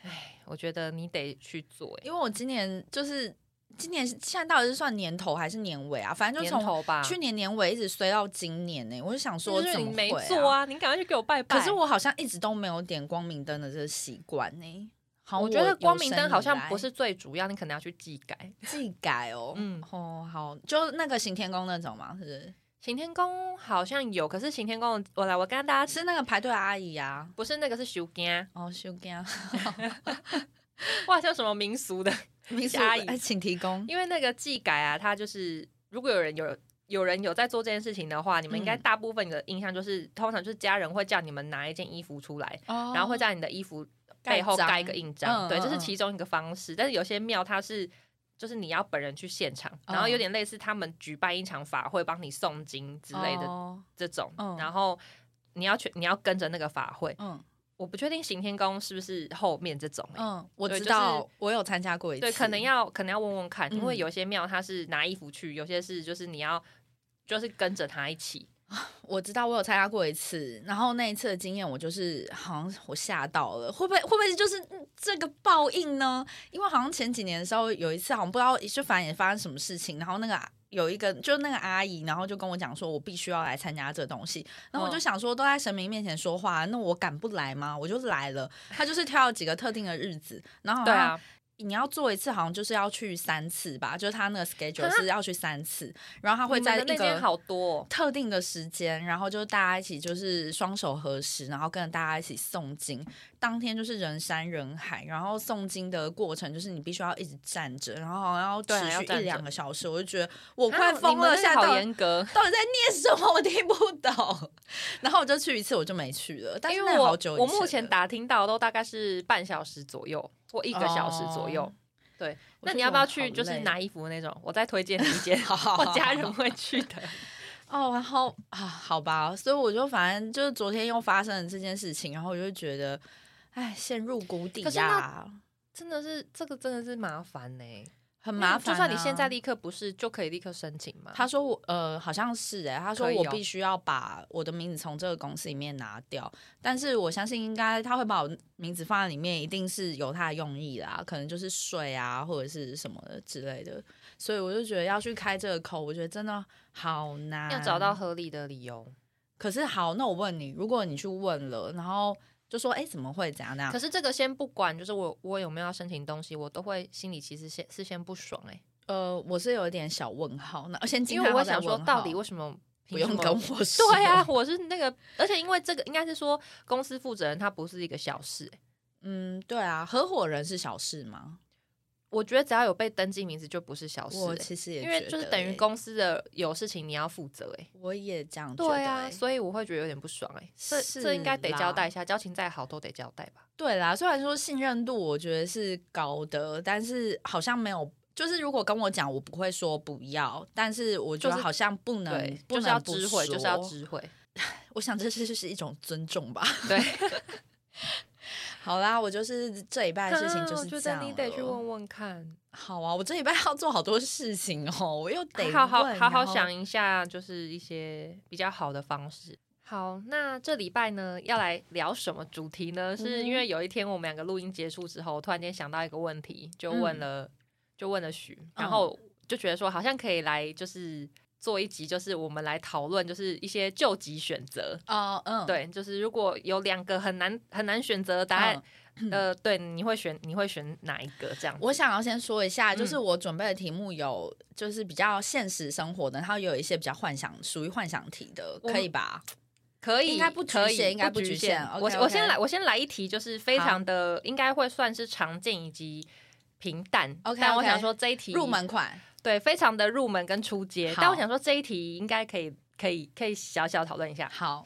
Speaker 1: 哎，我觉得你得去做、欸，
Speaker 2: 因为我今年就是今年是现在到底是算年头还是年尾啊？反正就
Speaker 1: 年
Speaker 2: 从
Speaker 1: 头吧，
Speaker 2: 去年年尾一直衰到今年呢、我就想说
Speaker 1: 就是
Speaker 2: 怎
Speaker 1: 你
Speaker 2: 么
Speaker 1: 没
Speaker 2: 会
Speaker 1: 做
Speaker 2: 啊？
Speaker 1: 啊，你赶快去给我拜拜。
Speaker 2: 可是我好像一直都没有点光明灯的这个习惯呢，好，
Speaker 1: 啊我觉得光明灯好像不 是最主要，你可能要去技改。
Speaker 2: 技改哦，嗯
Speaker 1: 嗯，
Speaker 2: 哦，好，就那个行天宫那种嘛，是不是？
Speaker 1: 行天宫好像有，可是行天宫，我来，我跟大家
Speaker 2: 是那个排队的阿姨啊，
Speaker 1: 不是那个是修干，
Speaker 2: 哦，修 干
Speaker 1: 哇，像什么民俗的，
Speaker 2: 民
Speaker 1: 俗阿姨
Speaker 2: 哎请提供。
Speaker 1: 因为那个技改啊，它就是如果有人有有人有在做这件事情的话，你们应该
Speaker 2: 嗯
Speaker 1: 大部分的印象就是，通常就是家人会叫你们拿一件衣服出来，
Speaker 2: 哦
Speaker 1: 然后会在你的衣服背后
Speaker 2: 盖章
Speaker 1: 盖一个印章，
Speaker 2: 嗯
Speaker 1: 对，
Speaker 2: 嗯
Speaker 1: 这是
Speaker 2: 嗯
Speaker 1: 其中一个方式。但是有些庙它是。就是你要本人去现场，然
Speaker 2: 哦
Speaker 1: 后有点类似他们举办一场法会，帮你诵经之类的
Speaker 2: 哦
Speaker 1: 这种，
Speaker 2: 嗯
Speaker 1: 然后你要去，你要跟着那个法会。
Speaker 2: 嗯
Speaker 1: 我不确定行天宫是不是后面这种、欸，
Speaker 2: 嗯，我
Speaker 1: 对
Speaker 2: 知
Speaker 1: 就是
Speaker 2: 道，我有参加过一次。
Speaker 1: 对，可能要可能要问问看，
Speaker 2: 嗯
Speaker 1: 因为有些庙它是拿衣服去，有些是就是你要就是跟着他一起，
Speaker 2: 我知道，我有参加过一次，然后那一次的经验，我就是好像我吓到了，会不会会不会就是嗯这个报应呢？因为好像前几年的时候有一次，好像不知道就反正也发生什么事情，然后那个啊有一个就那个阿姨，然后就跟我讲说，我必须要来参加这东西，然后我就
Speaker 1: 嗯
Speaker 2: 想说，都在神明面前说话，那我敢不来吗？我就来了，他就是挑了几个特定的日子，然后好
Speaker 1: 对
Speaker 2: 像
Speaker 1: 啊，
Speaker 2: 你要做一次，好像就是要去三次吧，就是他那个 schedule
Speaker 1: 啊
Speaker 2: 是要去三次，然后他会
Speaker 1: 你们
Speaker 2: 在
Speaker 1: 的
Speaker 2: 一
Speaker 1: 那间
Speaker 2: 个
Speaker 1: 好多、哦，
Speaker 2: 特定的时间，然后就大家一起就是双手合十，然后跟着大家一起诵经。当天就是人山人海，然后诵经的过程就是你必须要一直站着，然后好像要
Speaker 1: 对啊
Speaker 2: 持续
Speaker 1: 要站着
Speaker 2: 一两个小时，我就觉得我
Speaker 1: 啊
Speaker 2: 快疯
Speaker 1: 你们
Speaker 2: 了，
Speaker 1: 那个
Speaker 2: 现在到
Speaker 1: 好
Speaker 2: 底
Speaker 1: 严格。
Speaker 2: 到底在念什么，我 听不懂。然后我就去一次，我就没去了，但是
Speaker 1: 因为
Speaker 2: 那也
Speaker 1: 我
Speaker 2: 好久以
Speaker 1: 我目前
Speaker 2: 了
Speaker 1: 打听到都大概是半小时左右或一个小时左右。
Speaker 2: 哦
Speaker 1: 对，
Speaker 2: 我
Speaker 1: 那
Speaker 2: 就
Speaker 1: 你
Speaker 2: 觉
Speaker 1: 要
Speaker 2: 得
Speaker 1: 不要
Speaker 2: 我
Speaker 1: 去
Speaker 2: 好
Speaker 1: 就是
Speaker 2: 累哦
Speaker 1: 拿衣服的那种？我再推荐你一 间
Speaker 2: 好好好
Speaker 1: 我家人会去 的。
Speaker 2: 哦，然后啊，好吧，所以我就反正就是昨天又发生了这件事情，然后我就觉得，哎，陷入谷底
Speaker 1: 可是
Speaker 2: 呀、
Speaker 1: 真的是这个真的是麻烦呢、
Speaker 2: 很
Speaker 1: 因为
Speaker 2: 麻
Speaker 1: 你
Speaker 2: 烦、
Speaker 1: 就算你现在，立刻不是，就可以立刻申请吗？
Speaker 2: 他说我呃，好像是哎、他说
Speaker 1: 可以
Speaker 2: 我
Speaker 1: 哦
Speaker 2: 必须要把我的名字从这个公司里面拿掉，但是我相信应该他会把我名字放在里面，一定是有他的用意啦，可能就是税啊或者是什么的之类的，所以我就觉得要去开这个口，我觉得真的好难，
Speaker 1: 要找到合理的理由。
Speaker 2: 可是好，那我问你，如果你去问了，然后就说，哎、怎么会怎样那样
Speaker 1: 可？是这个先不管，就是我我有没有要申请东西，我都会心里其实先是先不爽哎、
Speaker 2: 呃，我是有一点小问号，那先惊
Speaker 1: 因为
Speaker 2: 叹
Speaker 1: 我会
Speaker 2: 号再
Speaker 1: 想说
Speaker 2: 问
Speaker 1: 到
Speaker 2: 号
Speaker 1: 底为什么
Speaker 2: 不用跟
Speaker 1: 我。
Speaker 2: 我说，
Speaker 1: 对啊，，我是那个，而且因为这个应该是说公司负责人他不是一个小事、欸
Speaker 2: 嗯，对啊，合伙人是小事吗？
Speaker 1: 我觉得只要有被登记名字就不是小事、
Speaker 2: 我
Speaker 1: 欸
Speaker 2: 其实也
Speaker 1: 因为
Speaker 2: 觉
Speaker 1: 就是
Speaker 2: 得
Speaker 1: 等于
Speaker 2: 欸，
Speaker 1: 公司的有事情你要负责哎、欸
Speaker 2: 我也这样觉得
Speaker 1: 对
Speaker 2: 欸、
Speaker 1: 啊，所以我会觉得有点不爽哎、欸这
Speaker 2: 是
Speaker 1: 这应该得
Speaker 2: 啦
Speaker 1: 交代一下，交情再好都得交代吧。
Speaker 2: 对啦，虽然说信任度我觉得是高的，但是好像没有。就是如果跟我讲，我不会说不要，但是我觉得
Speaker 1: 就是
Speaker 2: 好像不能，
Speaker 1: 对，
Speaker 2: 不
Speaker 1: 就是
Speaker 2: 能
Speaker 1: 要
Speaker 2: 不
Speaker 1: 知慧，就是要
Speaker 2: 说。
Speaker 1: 知慧。
Speaker 2: 我想这是是一种尊重 吧。
Speaker 1: 对，
Speaker 2: 好啦，我就是这一半的事情就
Speaker 1: 啊
Speaker 2: 是
Speaker 1: 我觉
Speaker 2: 这样
Speaker 1: 得
Speaker 2: 了。
Speaker 1: 你得去问问看，
Speaker 2: 好啊，我这礼拜要做好多事情哦，我又得
Speaker 1: 好好
Speaker 2: 问
Speaker 1: 好好。
Speaker 2: 然后
Speaker 1: 想一下，就是一些比较好的方式。好，那这礼拜呢要来聊什么主题呢？是因为有一天我们两个录音结束之后，我突然间想到一个问题，就问了，就问了许，然后就觉得说好像可以来就是做一集，就是我们来讨论就是一些救急选择。
Speaker 2: 哦，嗯，
Speaker 1: 对，就是如果有两个很难很难选择的答案，呃，对，你会选你会选哪一个？这样子，
Speaker 2: 我想要先说一下，
Speaker 1: 嗯
Speaker 2: 就是我准备的题目有，就是比较现实生活的，然后也有一些比较幻想，属于幻想题的，
Speaker 1: 我
Speaker 2: 可以吧？
Speaker 1: 可以，
Speaker 2: 应该不局
Speaker 1: 可以
Speaker 2: 限应该不
Speaker 1: 不
Speaker 2: 局限
Speaker 1: 限。我
Speaker 2: OK，OK
Speaker 1: 我先来，我先来一题，就是非常的应该会算是常见以及平淡。
Speaker 2: OK，OK
Speaker 1: 但我想说这一题
Speaker 2: 入门款，
Speaker 1: 对非常的入门跟出街，
Speaker 2: 好
Speaker 1: 但我想说这一题应该可以可以可以小小讨论一下，
Speaker 2: 好，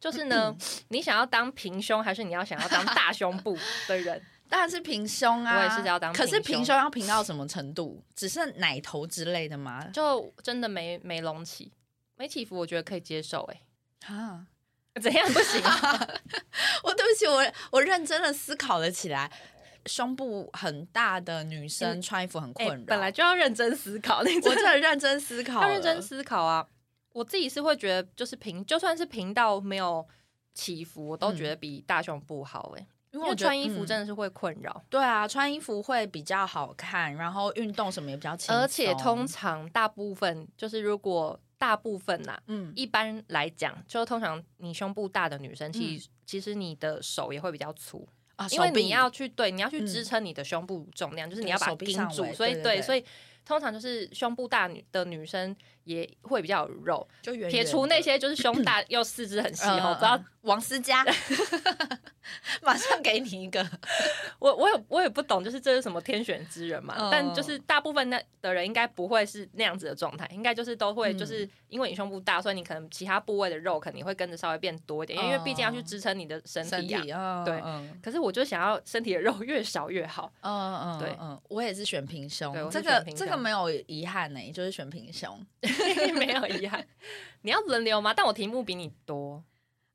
Speaker 1: 就是 呢，你想要当平胸还是你要想要当大胸 部的人？
Speaker 2: 当然是平胸啊，
Speaker 1: 我也是要当
Speaker 2: 可是
Speaker 1: 平
Speaker 2: 平
Speaker 1: 胸
Speaker 2: 胸要平到什么程度？只剩奶头之类的吗？
Speaker 1: 就真的没没隆起，没起伏，我觉得可以接受、欸。
Speaker 2: 啊，
Speaker 1: 哎，怎样不 行？
Speaker 2: 我对不起，我我认真的思考了起来。胸部很大的女生穿衣服很
Speaker 1: 哎、
Speaker 2: 困扰，
Speaker 1: 本来就要认真思考，那
Speaker 2: 我真的认真思考了，
Speaker 1: 要认真思考啊！我自己是会觉得，就是平，就算是平到没有起伏，我都觉得比大胸部好哎、
Speaker 2: 嗯
Speaker 1: 因
Speaker 2: 因
Speaker 1: 为
Speaker 2: 我觉得
Speaker 1: 穿衣服
Speaker 2: 嗯
Speaker 1: 真的是会困扰，
Speaker 2: 对啊，穿衣服会比较好看，然后运动什么也比较轻松，
Speaker 1: 而且通常大部分就是如果大部分呐、
Speaker 2: 嗯
Speaker 1: 一般来讲，就通常你胸部大的女生，其实、其实你的手也会比较粗，
Speaker 2: 啊，
Speaker 1: 因为
Speaker 2: 嗯手臂
Speaker 1: 你要去对，你要去
Speaker 2: 嗯
Speaker 1: 支撑你的胸部重量，就是
Speaker 2: 对
Speaker 1: 你要把它
Speaker 2: 手臂
Speaker 1: 顶
Speaker 2: 上
Speaker 1: 住，
Speaker 2: 围
Speaker 1: 所以
Speaker 2: 对对对
Speaker 1: 所以通常就是胸部大女的女生也会比较有肉，
Speaker 2: 就圆
Speaker 1: 撇
Speaker 2: 圆
Speaker 1: 除
Speaker 2: 的
Speaker 1: 那些就是胸 大又四肢很细
Speaker 2: 嗯
Speaker 1: 哦，
Speaker 2: 嗯
Speaker 1: 我不知道
Speaker 2: 嗯王思佳， 马上给你 一个，
Speaker 1: 我我也我也不懂，就是这是什么天选之人嘛？
Speaker 2: 嗯
Speaker 1: 但就是大部分那的人应该不会是那样子的状态，应该就是都会
Speaker 2: 嗯
Speaker 1: 就是因为你胸部大，所以你可能其他部位的肉肯定会跟着稍微变多一点，因为
Speaker 2: 嗯
Speaker 1: 毕竟要去支撑你的身体呀、
Speaker 2: 啊
Speaker 1: 对
Speaker 2: 嗯
Speaker 1: 可是我就想要身体的肉越少越好，
Speaker 2: 嗯嗯，
Speaker 1: 对
Speaker 2: 嗯，我也是选平胸
Speaker 1: 对我，是
Speaker 2: 这个
Speaker 1: 选平胸
Speaker 2: 这个没有遗憾呢，就是选平胸。
Speaker 1: 没有遗憾。你要轮流吗？但我题目比你多，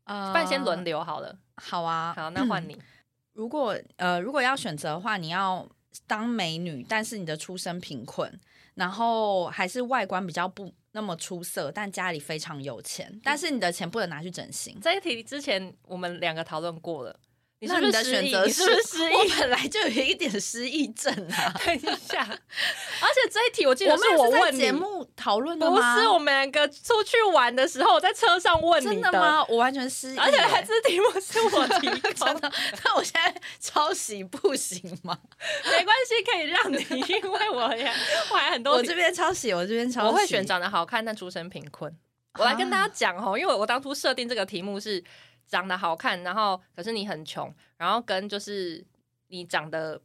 Speaker 2: 呃
Speaker 1: 不然先轮流好了。
Speaker 2: 好啊。
Speaker 1: 好，那换你。
Speaker 2: 如果呃，如果要选择的话，你要当美女，但是你的出身贫困，然后还是外观比较不那么出色，但家里非常有钱，
Speaker 1: 嗯
Speaker 2: 但是你的钱不能拿去整形。
Speaker 1: 这一题之前我们两个讨论过了，你是
Speaker 2: 那
Speaker 1: 不是
Speaker 2: 你的
Speaker 1: 失
Speaker 2: 选
Speaker 1: 忆？
Speaker 2: 择
Speaker 1: 你是不是失忆？。
Speaker 2: 我本来就有一点失忆症啊
Speaker 1: 等一下， 而且这一题我记得
Speaker 2: 我们
Speaker 1: 是
Speaker 2: 也是在
Speaker 1: 问你
Speaker 2: 节目讨论的
Speaker 1: 不
Speaker 2: 吗？
Speaker 1: 是我们两个出去玩的时候，我在车上问你
Speaker 2: 真的吗？我完全失忆耶，
Speaker 1: 而且还这题目是我提
Speaker 2: 真
Speaker 1: 供的，
Speaker 2: 的。 那我现在抄袭不行吗？
Speaker 1: 没关系，可以让你，因为我也我还很多
Speaker 2: 我
Speaker 1: 题
Speaker 2: 这边抄袭，我这边抄袭，
Speaker 1: 我会选长得好看但出身贫困。我来跟大家讲哦，因为我当初设定这个题目是长得好看，然后可是你很穷，然后跟就是你长得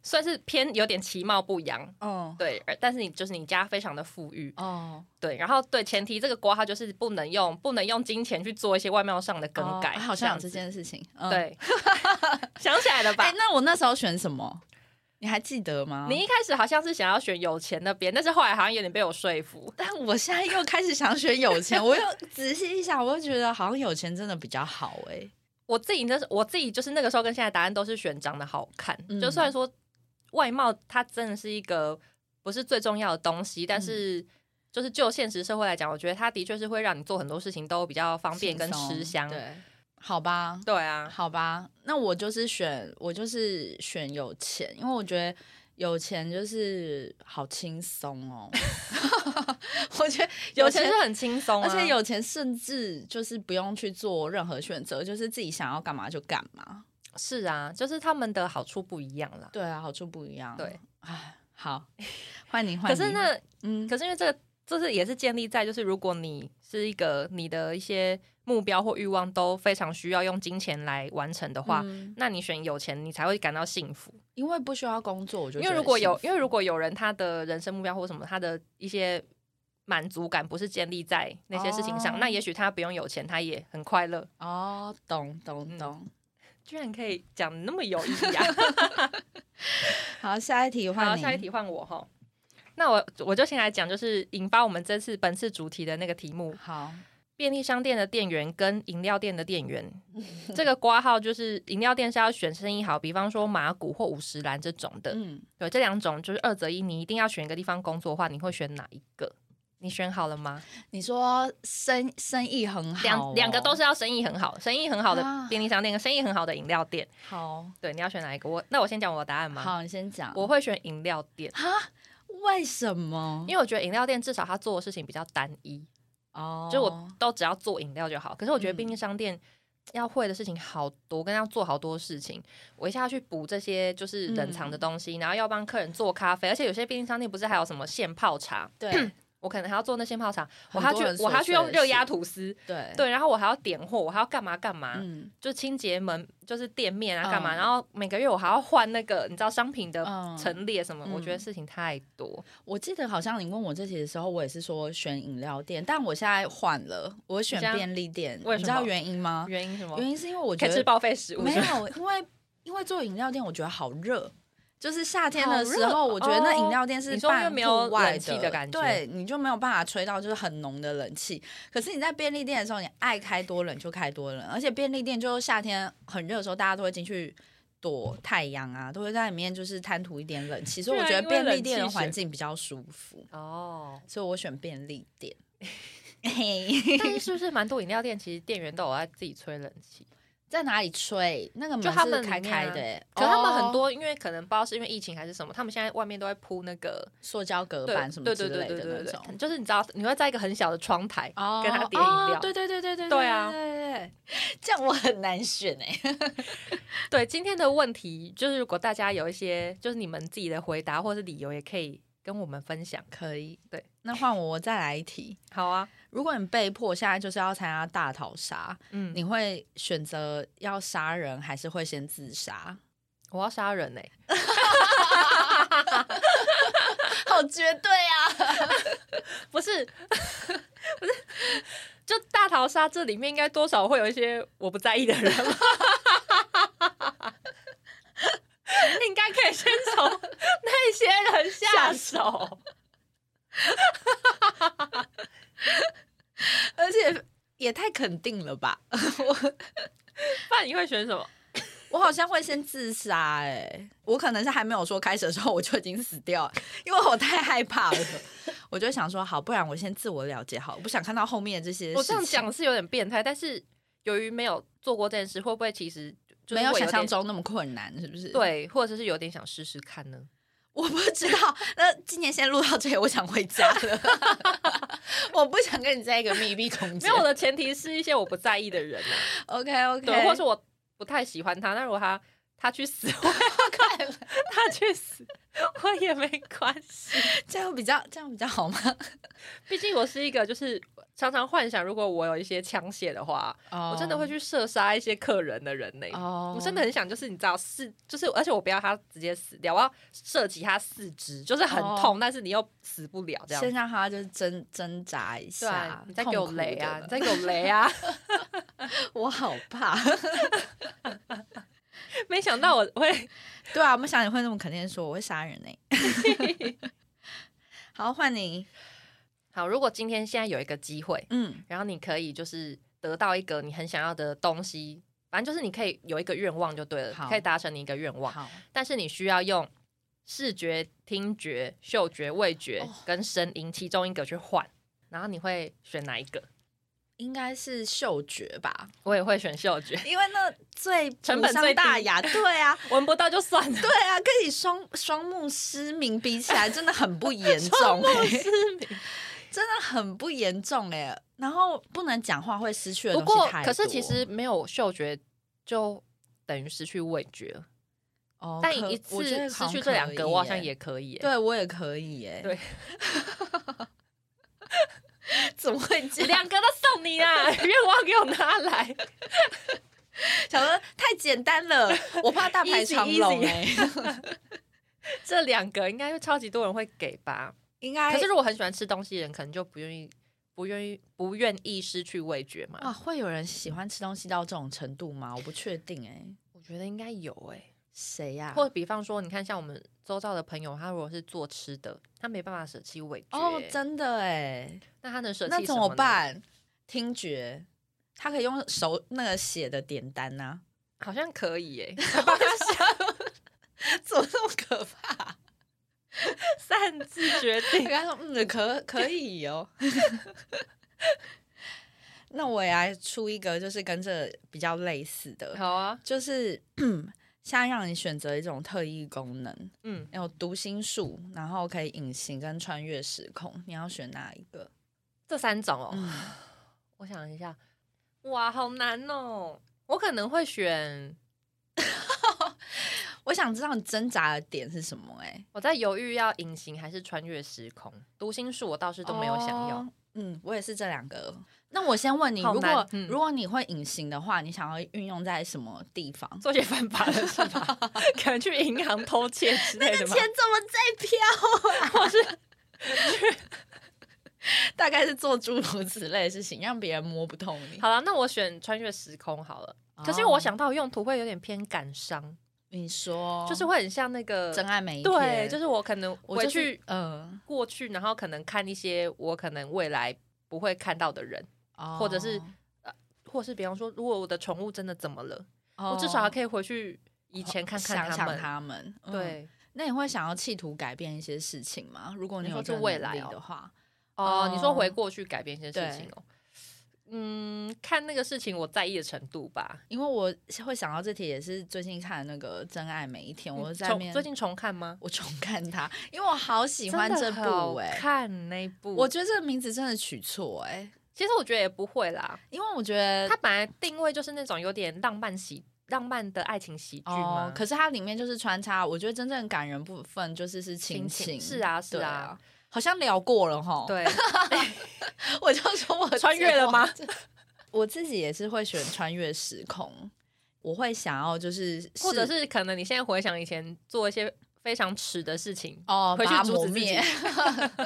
Speaker 1: 算是偏有点其貌不扬，
Speaker 2: 哦
Speaker 1: 对，而但是你就是你家非常的富裕，
Speaker 2: 哦
Speaker 1: 对，然后对前提这个括号就是不能用不能用金钱去做一些外貌上的更改，
Speaker 2: 哦好
Speaker 1: 这
Speaker 2: 像
Speaker 1: 样
Speaker 2: 有这
Speaker 1: 子
Speaker 2: 件事情。嗯，
Speaker 1: 对， 想起来了吧？
Speaker 2: 哎，那我那时候选什么？你还记得吗？
Speaker 1: 你一开始好像是想要选有钱那边，但是后来好像有点被我说服。
Speaker 2: 但我现在又开始想选有钱，我又 仔细一想，我又觉得好像有钱真的比较好哎。
Speaker 1: 我自己那时我自己就是那个时候跟现在答案都是选长得好看，
Speaker 2: 嗯
Speaker 1: 就虽然说外貌它真的是一个不是最重要的东西，
Speaker 2: 嗯
Speaker 1: 但是就是就现实社会来讲，我觉得它的确是会让你做很多事情都比较方便跟
Speaker 2: 轻松
Speaker 1: 吃香。
Speaker 2: 对，好吧，
Speaker 1: 对啊，
Speaker 2: 好吧，那我就是选我就是选有钱，因为我觉得有钱就是好轻松哦。 我觉得
Speaker 1: 有
Speaker 2: 有
Speaker 1: 钱
Speaker 2: 钱
Speaker 1: 是很轻松、啊，
Speaker 2: 而且有钱甚至就是不用去做任何选择，就是自己想要干嘛就干嘛。
Speaker 1: 是啊，就是他们的好处不一样啦。
Speaker 2: 对啊，好处不一样。
Speaker 1: 对，
Speaker 2: 哎，好，换你换
Speaker 1: 可
Speaker 2: 你。
Speaker 1: 是那
Speaker 2: 嗯，
Speaker 1: 可是因为这个，这是也是建立在就是如果你是一个你的一些目标或欲望都非常需要用金钱来完成的话，
Speaker 2: 嗯
Speaker 1: 那你选有钱，你才会感到幸福。
Speaker 2: 因为不需要工作，我就
Speaker 1: 因为
Speaker 2: 觉得
Speaker 1: 如果有
Speaker 2: 幸，福
Speaker 1: 因为如果有人他的人生目标或什么，他的一些满足感不是建立在那些事情上，
Speaker 2: 哦
Speaker 1: 那也许他不用有钱，他也很快乐。
Speaker 2: 哦，懂懂
Speaker 1: 嗯
Speaker 2: 懂。
Speaker 1: 居然可以讲得那么有意义啊！
Speaker 2: 好，下一题换
Speaker 1: 好，
Speaker 2: 你。
Speaker 1: 下一题换我哈。那我我就先来讲，就是引发我们这次本次主题的那个题目，
Speaker 2: 好，
Speaker 1: 便利商店的店员跟饮料店的店 员，这个挂号就是饮料店是要选生意好，比方说马古或五十岚这种的。
Speaker 2: 嗯，
Speaker 1: 对，这两种就是二择一，你一定要选一个地方工作的话，你会选哪一个？你选好了吗？
Speaker 2: 你说生生意很好哦、
Speaker 1: 两两个都是要生意很好，生意很好的
Speaker 2: 啊
Speaker 1: 便利商店跟生意很好的饮料店。
Speaker 2: 好。
Speaker 1: 对，你要选哪一个？我那我先讲我的答案吗？
Speaker 2: 好，你先讲。
Speaker 1: 我会选饮料店，
Speaker 2: 哈，为什么？
Speaker 1: 因为我觉得饮料店至少他做的事情比较单一，
Speaker 2: 哦，
Speaker 1: 就我都只要做饮料就好。可是我觉得
Speaker 2: 嗯
Speaker 1: 便利商店要会的事情好多，跟要做好多事情，我一下要去补这些就是冷
Speaker 2: 嗯
Speaker 1: 藏的东西，然后要帮客人做咖啡，而且有些便利商店不是还有什么现泡茶，
Speaker 2: 对
Speaker 1: 我可能还要做那现泡茶，我
Speaker 2: 很
Speaker 1: 还要
Speaker 2: 多人
Speaker 1: 去
Speaker 2: 琐
Speaker 1: 我还要去
Speaker 2: 碎
Speaker 1: 用
Speaker 2: 的
Speaker 1: 热压
Speaker 2: 事
Speaker 1: 吐司，
Speaker 2: 对，
Speaker 1: 对，然啊后我还要点货，我还要干嘛干嘛，
Speaker 2: 嗯
Speaker 1: 就清洁门就是店面啊干嘛，
Speaker 2: 嗯
Speaker 1: 然后每个月我还要换那个你知道商品的
Speaker 2: 嗯
Speaker 1: 陈列什么，我
Speaker 2: 嗯
Speaker 1: 觉得事情太多，
Speaker 2: 我记得好像你问我这题的时候，我也是说选饮料店，但我现在换了，我选
Speaker 1: 你现在
Speaker 2: 便利店。
Speaker 1: 为什么
Speaker 2: 你知道原因吗？
Speaker 1: 原因是什么？
Speaker 2: 嗯原因是因为我
Speaker 1: 可
Speaker 2: 觉
Speaker 1: 以吃
Speaker 2: 得
Speaker 1: 报废食物
Speaker 2: 没
Speaker 1: 是吗？
Speaker 2: 有，因为因为做饮料店，我觉得好热。就是夏天
Speaker 1: 好
Speaker 2: 的
Speaker 1: 热
Speaker 2: 时候，我觉得那
Speaker 1: 哦
Speaker 2: 饮料店是
Speaker 1: 你说因为
Speaker 2: 半
Speaker 1: 没有
Speaker 2: 户外
Speaker 1: 冷气的感觉
Speaker 2: 对，你就没有办法吹到就是很浓的冷气。可是你在便利店的时候，你爱开多冷就开多冷，而且便利店就是夏天很热的时候，大家都会进去躲太阳啊，都会在里面就是贪图一点冷气，所以我
Speaker 1: 居
Speaker 2: 觉
Speaker 1: 然
Speaker 2: 得便利
Speaker 1: 啊因为
Speaker 2: 店
Speaker 1: 冷
Speaker 2: 的
Speaker 1: 气
Speaker 2: 环
Speaker 1: 选
Speaker 2: 境比较舒服，
Speaker 1: 哦，
Speaker 2: 所以我选便利 店。嘿，
Speaker 1: 但是是不是蛮多饮料店其实店员都有在自己吹冷气？
Speaker 2: 在哪里吹？那个门
Speaker 1: 就他
Speaker 2: 是
Speaker 1: 们里
Speaker 2: 开
Speaker 1: 面
Speaker 2: 开
Speaker 1: 啊
Speaker 2: 的、欸，
Speaker 1: 可他们
Speaker 2: 哦
Speaker 1: 很多，因为可能不知道是因为疫情还是什么，他们现在外面都在铺那个
Speaker 2: 塑胶隔
Speaker 1: 对
Speaker 2: 板什么
Speaker 1: 对
Speaker 2: 之
Speaker 1: 对对
Speaker 2: 类
Speaker 1: 对
Speaker 2: 的
Speaker 1: 对
Speaker 2: 那
Speaker 1: 对
Speaker 2: 种。
Speaker 1: 对，就是你知道你会在一个很小的窗台
Speaker 2: 哦
Speaker 1: 跟他点饮料
Speaker 2: 哦对对对对对
Speaker 1: 对啊
Speaker 2: 对对对，对这 像我很难选哎、
Speaker 1: 对今天的问题，就是如果大家有一些就是你们自己的回答或是理由，也可以跟我们分享。
Speaker 2: 可以，
Speaker 1: 对，
Speaker 2: 那换我，我再来一题。
Speaker 1: 好啊，
Speaker 2: 如果你被迫现在就是要参加大逃杀，
Speaker 1: 嗯，
Speaker 2: 你会选择要杀人，还是会先自 杀？
Speaker 1: 我要杀人呢、欸
Speaker 2: 好绝对啊！
Speaker 1: 不是 不是，就大逃杀这里面应该多少会有一些我不在意的人吧。 应该可以先从那些人下手。
Speaker 2: 而且也太肯定了吧！我
Speaker 1: 不然你会选什么？
Speaker 2: 我好像会先自杀哎、我可能是还没有说开始的时候我就已经死掉了，因为我太害怕了。我就会想说，好，不然我先自我了解好，我不想看到后面这些。
Speaker 1: 我这样讲，是有点变态，但是由于没有做过这件事，会不会其实就是
Speaker 2: 没有
Speaker 1: 会
Speaker 2: 想
Speaker 1: 点
Speaker 2: 象中那么困难，是不是？，
Speaker 1: 对，或者是有点想试试看呢？
Speaker 2: 我不知道。那今年先录到这里，我想回 家了。我不想跟你在一个密闭空
Speaker 1: 没
Speaker 2: 间。
Speaker 1: 有，我的前提是一些我不在意的人啊，
Speaker 2: OK OK，
Speaker 1: 对，或是我不太喜欢他。那如果他他去死，我也他去死，我也没关系。
Speaker 2: 这样比较这样比较好吗？
Speaker 1: 毕竟我是一个就是常常幻想，如果我有一些枪械的话，
Speaker 2: 哦
Speaker 1: 我真的会去射杀一些客人的人呢、
Speaker 2: 哦
Speaker 1: 我真的很想，就是你知道，是就是，而且我不要他直接死掉，我要射击他四肢，就是很
Speaker 2: 哦
Speaker 1: 痛，但是你又死不了这样。
Speaker 2: 先让他就是挣挣扎一
Speaker 1: 对啊
Speaker 2: 下，。
Speaker 1: 你再给我雷啊！你 再
Speaker 2: 痛苦的
Speaker 1: 给我雷啊！
Speaker 2: 我好怕。
Speaker 1: 没想到我会
Speaker 2: 对啊，我没想你会那么肯定地说我会杀人呢、欸 好，换你。
Speaker 1: 好。如果今天现在有一个机会，
Speaker 2: 嗯，
Speaker 1: 然后你可以就是得到一个你很想要的东西，反正就是你可以有一个愿望就对了
Speaker 2: 好，
Speaker 1: 可以达成你一个愿望，
Speaker 2: 好，
Speaker 1: 但是你需要用视觉、听觉、嗅觉、味觉
Speaker 2: 哦
Speaker 1: 跟声音其中一个去换，然后你会选哪一个？
Speaker 2: 应该是嗅觉吧，
Speaker 1: 我也会选嗅觉，
Speaker 2: 因为那最
Speaker 1: 成
Speaker 2: 补
Speaker 1: 本
Speaker 2: 上
Speaker 1: 最低
Speaker 2: 大雅。对啊，
Speaker 1: 闻不到就算了。
Speaker 2: 对啊，跟你双双目失明比起来，真的很不严重、欸， 真的很不严重哎、然后不能讲话会失去的
Speaker 1: 不
Speaker 2: 东
Speaker 1: 过
Speaker 2: 西太，
Speaker 1: 可是其
Speaker 2: 多
Speaker 1: 实没有嗅觉就等于失去味觉了，
Speaker 2: 哦，
Speaker 1: 但
Speaker 2: 可
Speaker 1: 一
Speaker 2: 我觉得
Speaker 1: 次失
Speaker 2: 好像
Speaker 1: 去这两
Speaker 2: 可
Speaker 1: 个，
Speaker 2: 以
Speaker 1: 我好
Speaker 2: 欸
Speaker 1: 像也可以耶。
Speaker 2: 对我也可以欸耶、
Speaker 1: 对
Speaker 2: 怎么会这样？
Speaker 1: 两个都送你 啊！愿望给我拿来。
Speaker 2: 想说太简单了，我怕大排长龙
Speaker 1: Easy,
Speaker 2: 哎、
Speaker 1: 这两个应该会超级多人会给吧？
Speaker 2: 应该
Speaker 1: 可是如果很喜欢吃东西的人，可能就不愿意、不愿意、不愿意失去味觉嘛。
Speaker 2: 啊，会有人喜欢吃东西到这种程度吗？我不确定哎、
Speaker 1: 我觉得应该有哎、
Speaker 2: 谁呀、
Speaker 1: 或者比方说，你看像我们周遭的朋友，他如果是做吃的，他没办法舍弃味觉、欸
Speaker 2: 哦，真的哎、
Speaker 1: 那他能舍弃
Speaker 2: 那
Speaker 1: 什
Speaker 2: 怎
Speaker 1: 么
Speaker 2: 么
Speaker 1: 呢？
Speaker 2: 办？听觉，他可以用手那个写的点单啊呐、
Speaker 1: 好像可以哎、
Speaker 2: 怎么那么可怕？
Speaker 1: 擅自决
Speaker 2: 他
Speaker 1: 定。
Speaker 2: 刚说嗯，可可以哦。 那我也来出一个，就是跟这比较类似的，
Speaker 1: 好啊，
Speaker 2: 就是 现在让你选择一种特异功能，
Speaker 1: 嗯，
Speaker 2: 有读心术，然后可以隐形跟穿越时空，你要选哪一个？
Speaker 1: 这三种哦，
Speaker 2: 嗯，
Speaker 1: 我想一下，哇，好难哦。我可能会选，
Speaker 2: 我想知道你挣扎的点是什么、哎，
Speaker 1: 我在犹豫要隐形还是穿越时空。读心术我倒是都没有想要。
Speaker 2: 哦嗯，我也是这两个。那我先问你，
Speaker 1: 好
Speaker 2: 如
Speaker 1: 难
Speaker 2: 果、
Speaker 1: 嗯
Speaker 2: 如果你会隐形的话，你想要运用在什么 地方？
Speaker 1: 做些犯法的事 吧， 可能去银行偷窃之类的吧，
Speaker 2: 么在 飘？
Speaker 1: 或是
Speaker 2: 啊 大概是做诸如此类的事情，让别人摸不透你。
Speaker 1: 好了，那我选穿越时空好了。
Speaker 2: 哦
Speaker 1: 可是因为我想到的用途会有点偏感伤，
Speaker 2: 你说，
Speaker 1: 就是会很像那个
Speaker 2: 真爱每哦一天，
Speaker 1: 对，就是我可能
Speaker 2: 我
Speaker 1: 回
Speaker 2: 就是
Speaker 1: 去
Speaker 2: 嗯、
Speaker 1: 过去，然后可能看一些我可能未来不会看到的人，
Speaker 2: 哦
Speaker 1: 或者是或是比方说，如果我的宠物真的怎么了，
Speaker 2: 哦
Speaker 1: 我至少还可以回去以前看看
Speaker 2: 想
Speaker 1: 他
Speaker 2: 想
Speaker 1: 们。
Speaker 2: 他们，嗯。
Speaker 1: 对，
Speaker 2: 那你会想要企图改变一些事情吗？如果你
Speaker 1: 你
Speaker 2: 有
Speaker 1: 说
Speaker 2: 这
Speaker 1: 是
Speaker 2: 个
Speaker 1: 未
Speaker 2: 能
Speaker 1: 来
Speaker 2: 力
Speaker 1: 哦
Speaker 2: 的话，
Speaker 1: 哦，你说
Speaker 2: 哦
Speaker 1: 回过去改变一些
Speaker 2: 对
Speaker 1: 事情哦。嗯，看那个事情我在意的程度吧。
Speaker 2: 因为我会想到这题也是最近看那个《真爱每一天》，我在
Speaker 1: 嗯
Speaker 2: 那
Speaker 1: 重
Speaker 2: 边
Speaker 1: 最近重看吗？
Speaker 2: 我重看它，因为我好喜欢
Speaker 1: 真
Speaker 2: 这
Speaker 1: 的
Speaker 2: 部
Speaker 1: 好
Speaker 2: 哎、
Speaker 1: 看那一部，
Speaker 2: 我觉得这个名字真的取错哎、
Speaker 1: 其其实我觉得也不会啦，
Speaker 2: 因为我觉得
Speaker 1: 它本来定位就是那种有点浪漫喜浪漫的爱情喜剧嘛。
Speaker 2: 哦可是它里面就是穿插，我觉得真正感人部分就是是亲情，
Speaker 1: 是啊是
Speaker 2: 对
Speaker 1: 啊，，
Speaker 2: 好像聊过了哈。，
Speaker 1: 对，
Speaker 2: 我就说我
Speaker 1: 穿越了吗？
Speaker 2: 我自己也是会选穿越时空，我会想要就是
Speaker 1: 或者
Speaker 2: 是
Speaker 1: 是可能你现在回想以前做一些非常耻的事情，
Speaker 2: 哦，
Speaker 1: 回去
Speaker 2: 把它
Speaker 1: 阻
Speaker 2: 磨
Speaker 1: 止自己
Speaker 2: 灭，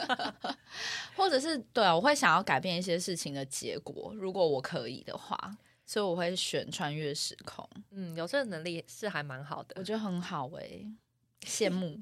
Speaker 2: 或者是对啊，我会想要改变一些事情的结果，如果我可以的话，所以我会选穿越时空，
Speaker 1: 嗯，有这个能力是还蛮好
Speaker 2: 我
Speaker 1: 的。
Speaker 2: 觉得很好哎、羡慕。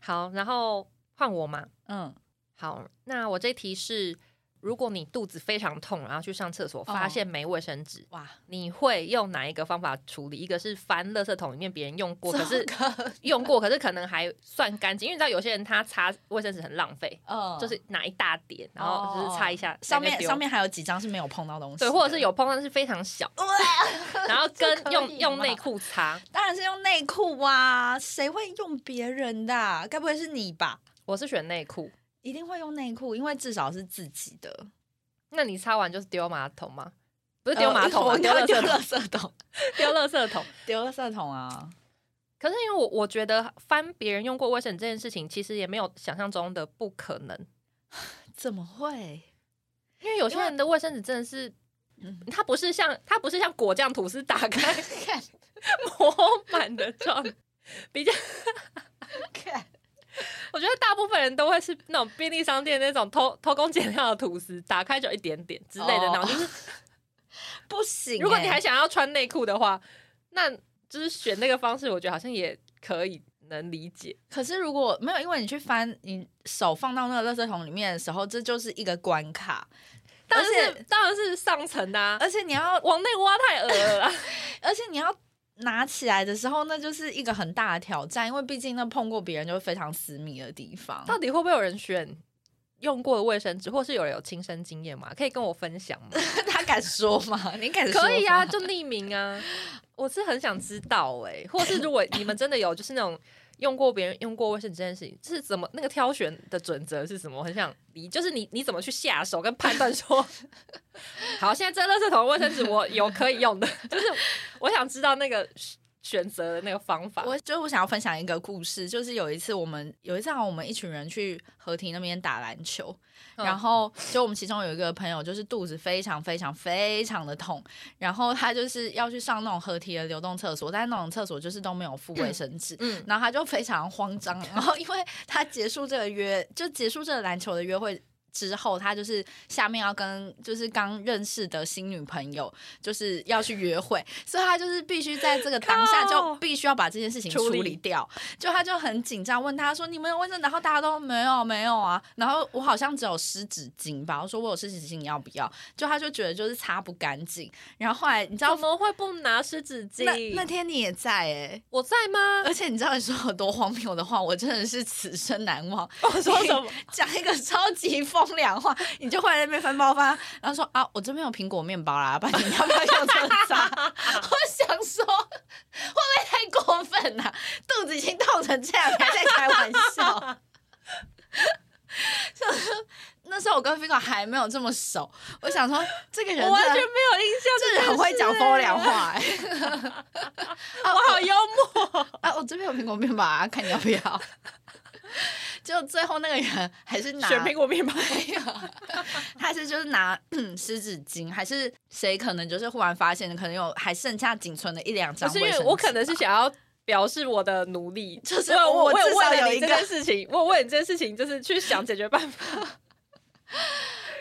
Speaker 1: 好，然后换我嘛。
Speaker 2: 嗯，
Speaker 1: 好，那我这题是：如果你肚子非常痛，然后去上厕所，发
Speaker 2: 哦
Speaker 1: 现没卫生纸，
Speaker 2: 哇，
Speaker 1: 你会用哪一个方法处理？一个是翻垃圾桶里面别人用过，可 是 用过，可是可能还算干净，因为你知道有些人他擦卫生纸很浪费，
Speaker 2: 嗯
Speaker 1: 就是拿一大叠，然后就是擦一下，
Speaker 2: 哦上
Speaker 1: 再
Speaker 2: 面
Speaker 1: 丢
Speaker 2: 上面还有几张是没有碰到东西的，
Speaker 1: 对，或者是有碰，但是非常小，然后
Speaker 2: 这可
Speaker 1: 跟
Speaker 2: 以
Speaker 1: 用用
Speaker 2: 吗
Speaker 1: 内裤擦，
Speaker 2: 当然是用内裤啊，谁会用别人的啊、该不会是你吧？
Speaker 1: 我是选内裤。
Speaker 2: 一定会用内裤，因为至少是自己的。
Speaker 1: 那你擦完就是丢马桶吗？不是丢马桶啊，
Speaker 2: 呃
Speaker 1: 丢
Speaker 2: 我
Speaker 1: 垃
Speaker 2: 丢
Speaker 1: 圾桶，
Speaker 2: 垃圾桶，
Speaker 1: 丢垃圾桶。
Speaker 2: 丢垃圾桶啊！
Speaker 1: 可是因为我我觉得翻别人用过卫生纸这件事情，其实也没有想象中的不可能，
Speaker 2: 怎么 会？
Speaker 1: 因为有些
Speaker 2: 因为
Speaker 1: 人的卫生纸真的是
Speaker 2: 嗯。
Speaker 1: 它不是像它不是像果酱吐司打开 磨满的状态，比较我觉得大部分人都会是那种便利商店那种偷偷工减料的吐司，打开就一点点之类的，
Speaker 2: 哦
Speaker 1: 然后就是
Speaker 2: 不行欸、
Speaker 1: 如果你还想要穿内裤的话，那就是选那个方式，我觉得好像也可以能理解。
Speaker 2: 可是如果没有，因为你去翻，你手放到那个垃圾桶里面的时候，这就是一个关卡，
Speaker 1: 当然
Speaker 2: 而
Speaker 1: 是
Speaker 2: 且
Speaker 1: 当然是上层的、啊，
Speaker 2: 而且你要，
Speaker 1: 往内挖太恶了啦。
Speaker 2: 而且你要拿起来的时候，那就是一个很大的挑战，因为毕竟那碰过别人就是非常私密的地方。
Speaker 1: 到底会不会有人选用过的卫生纸，或是有人有亲身经验嘛？可以跟我分享吗？
Speaker 2: 他敢说吗？你敢说吗
Speaker 1: 可以啊，就匿名啊。 我是很想知道哎、或是如果你们真的有，就是那种用过别人用过卫生纸这件事情，是怎么那个挑选的准则是什么？我很想理，就是你你怎么去下手跟判断 说，好，现在这垃圾桶的卫生纸我有可以 用的，就是我想知道那个选择的那个方法。
Speaker 2: 我就是我想要分享一个故事，就是有一次我们有一次好啊像我们一群人去河堤那边打篮球，
Speaker 1: 嗯
Speaker 2: 然后就我们其中有一个朋友就是肚子非常非常非常的痛，然后他就是要去上那种合体的流动厕所，但是那种厕所就是都没有附卫生纸。
Speaker 1: 嗯，
Speaker 2: 然后他就非常慌张，然后因为他结束这个约，就结束这个篮球的约会之后，他就是下面要跟就是刚认识的新女朋友，就是要去约会，所以他就是必须在这个当下
Speaker 1: 靠
Speaker 2: 就必须要把这件事情
Speaker 1: 处
Speaker 2: 处
Speaker 1: 理
Speaker 2: 理掉。就他就很紧张，问他说：“你们有卫生纸？”然后大家都没有没有啊。然后我好像只有湿纸巾吧，我说我有湿纸巾，你要不要？就他就觉得就是擦不干净。然后后来你知道
Speaker 1: 怎。么会不拿湿纸
Speaker 2: 那那
Speaker 1: 巾？
Speaker 2: 天你也在哎、
Speaker 1: 我在吗？
Speaker 2: 而且你知道你说有多荒谬的话，我真的是此生难忘。
Speaker 1: 我说什 么？
Speaker 2: 讲一个超级风凉话，你就会在那边翻包翻，然后说啊，我这边有苹果面包啦， 爸，你要不要用这个炸？我想说，会不会太过分了、啊肚子已经痛成这样，你还在开玩笑？ 就是那时候我跟 Figo 还没有这么熟，我想说这个人
Speaker 1: 我完
Speaker 2: 真
Speaker 1: 全没有
Speaker 2: 的
Speaker 1: 印象这件事欸，
Speaker 2: 这人很会讲风凉话、欸，
Speaker 1: 我好幽默。
Speaker 2: 啊，我这边有苹果面包、啊，看你要不要。就最后那个人还是拿
Speaker 1: 选苹果面包，
Speaker 2: 没有，他是就是拿 湿纸巾，还是谁可能就是忽然发现，可能有还剩下仅存的一两
Speaker 1: 不
Speaker 2: 张
Speaker 1: 是
Speaker 2: 卫
Speaker 1: 因
Speaker 2: 生
Speaker 1: 为
Speaker 2: 纸吧。
Speaker 1: 我可能是想要表示我的努力，
Speaker 2: 就是
Speaker 1: 我
Speaker 2: 我
Speaker 1: 我
Speaker 2: 至少
Speaker 1: 为了
Speaker 2: 有
Speaker 1: 你
Speaker 2: 一
Speaker 1: 这
Speaker 2: 个
Speaker 1: 件事情，我为了你这件事情就是去想解决办 法。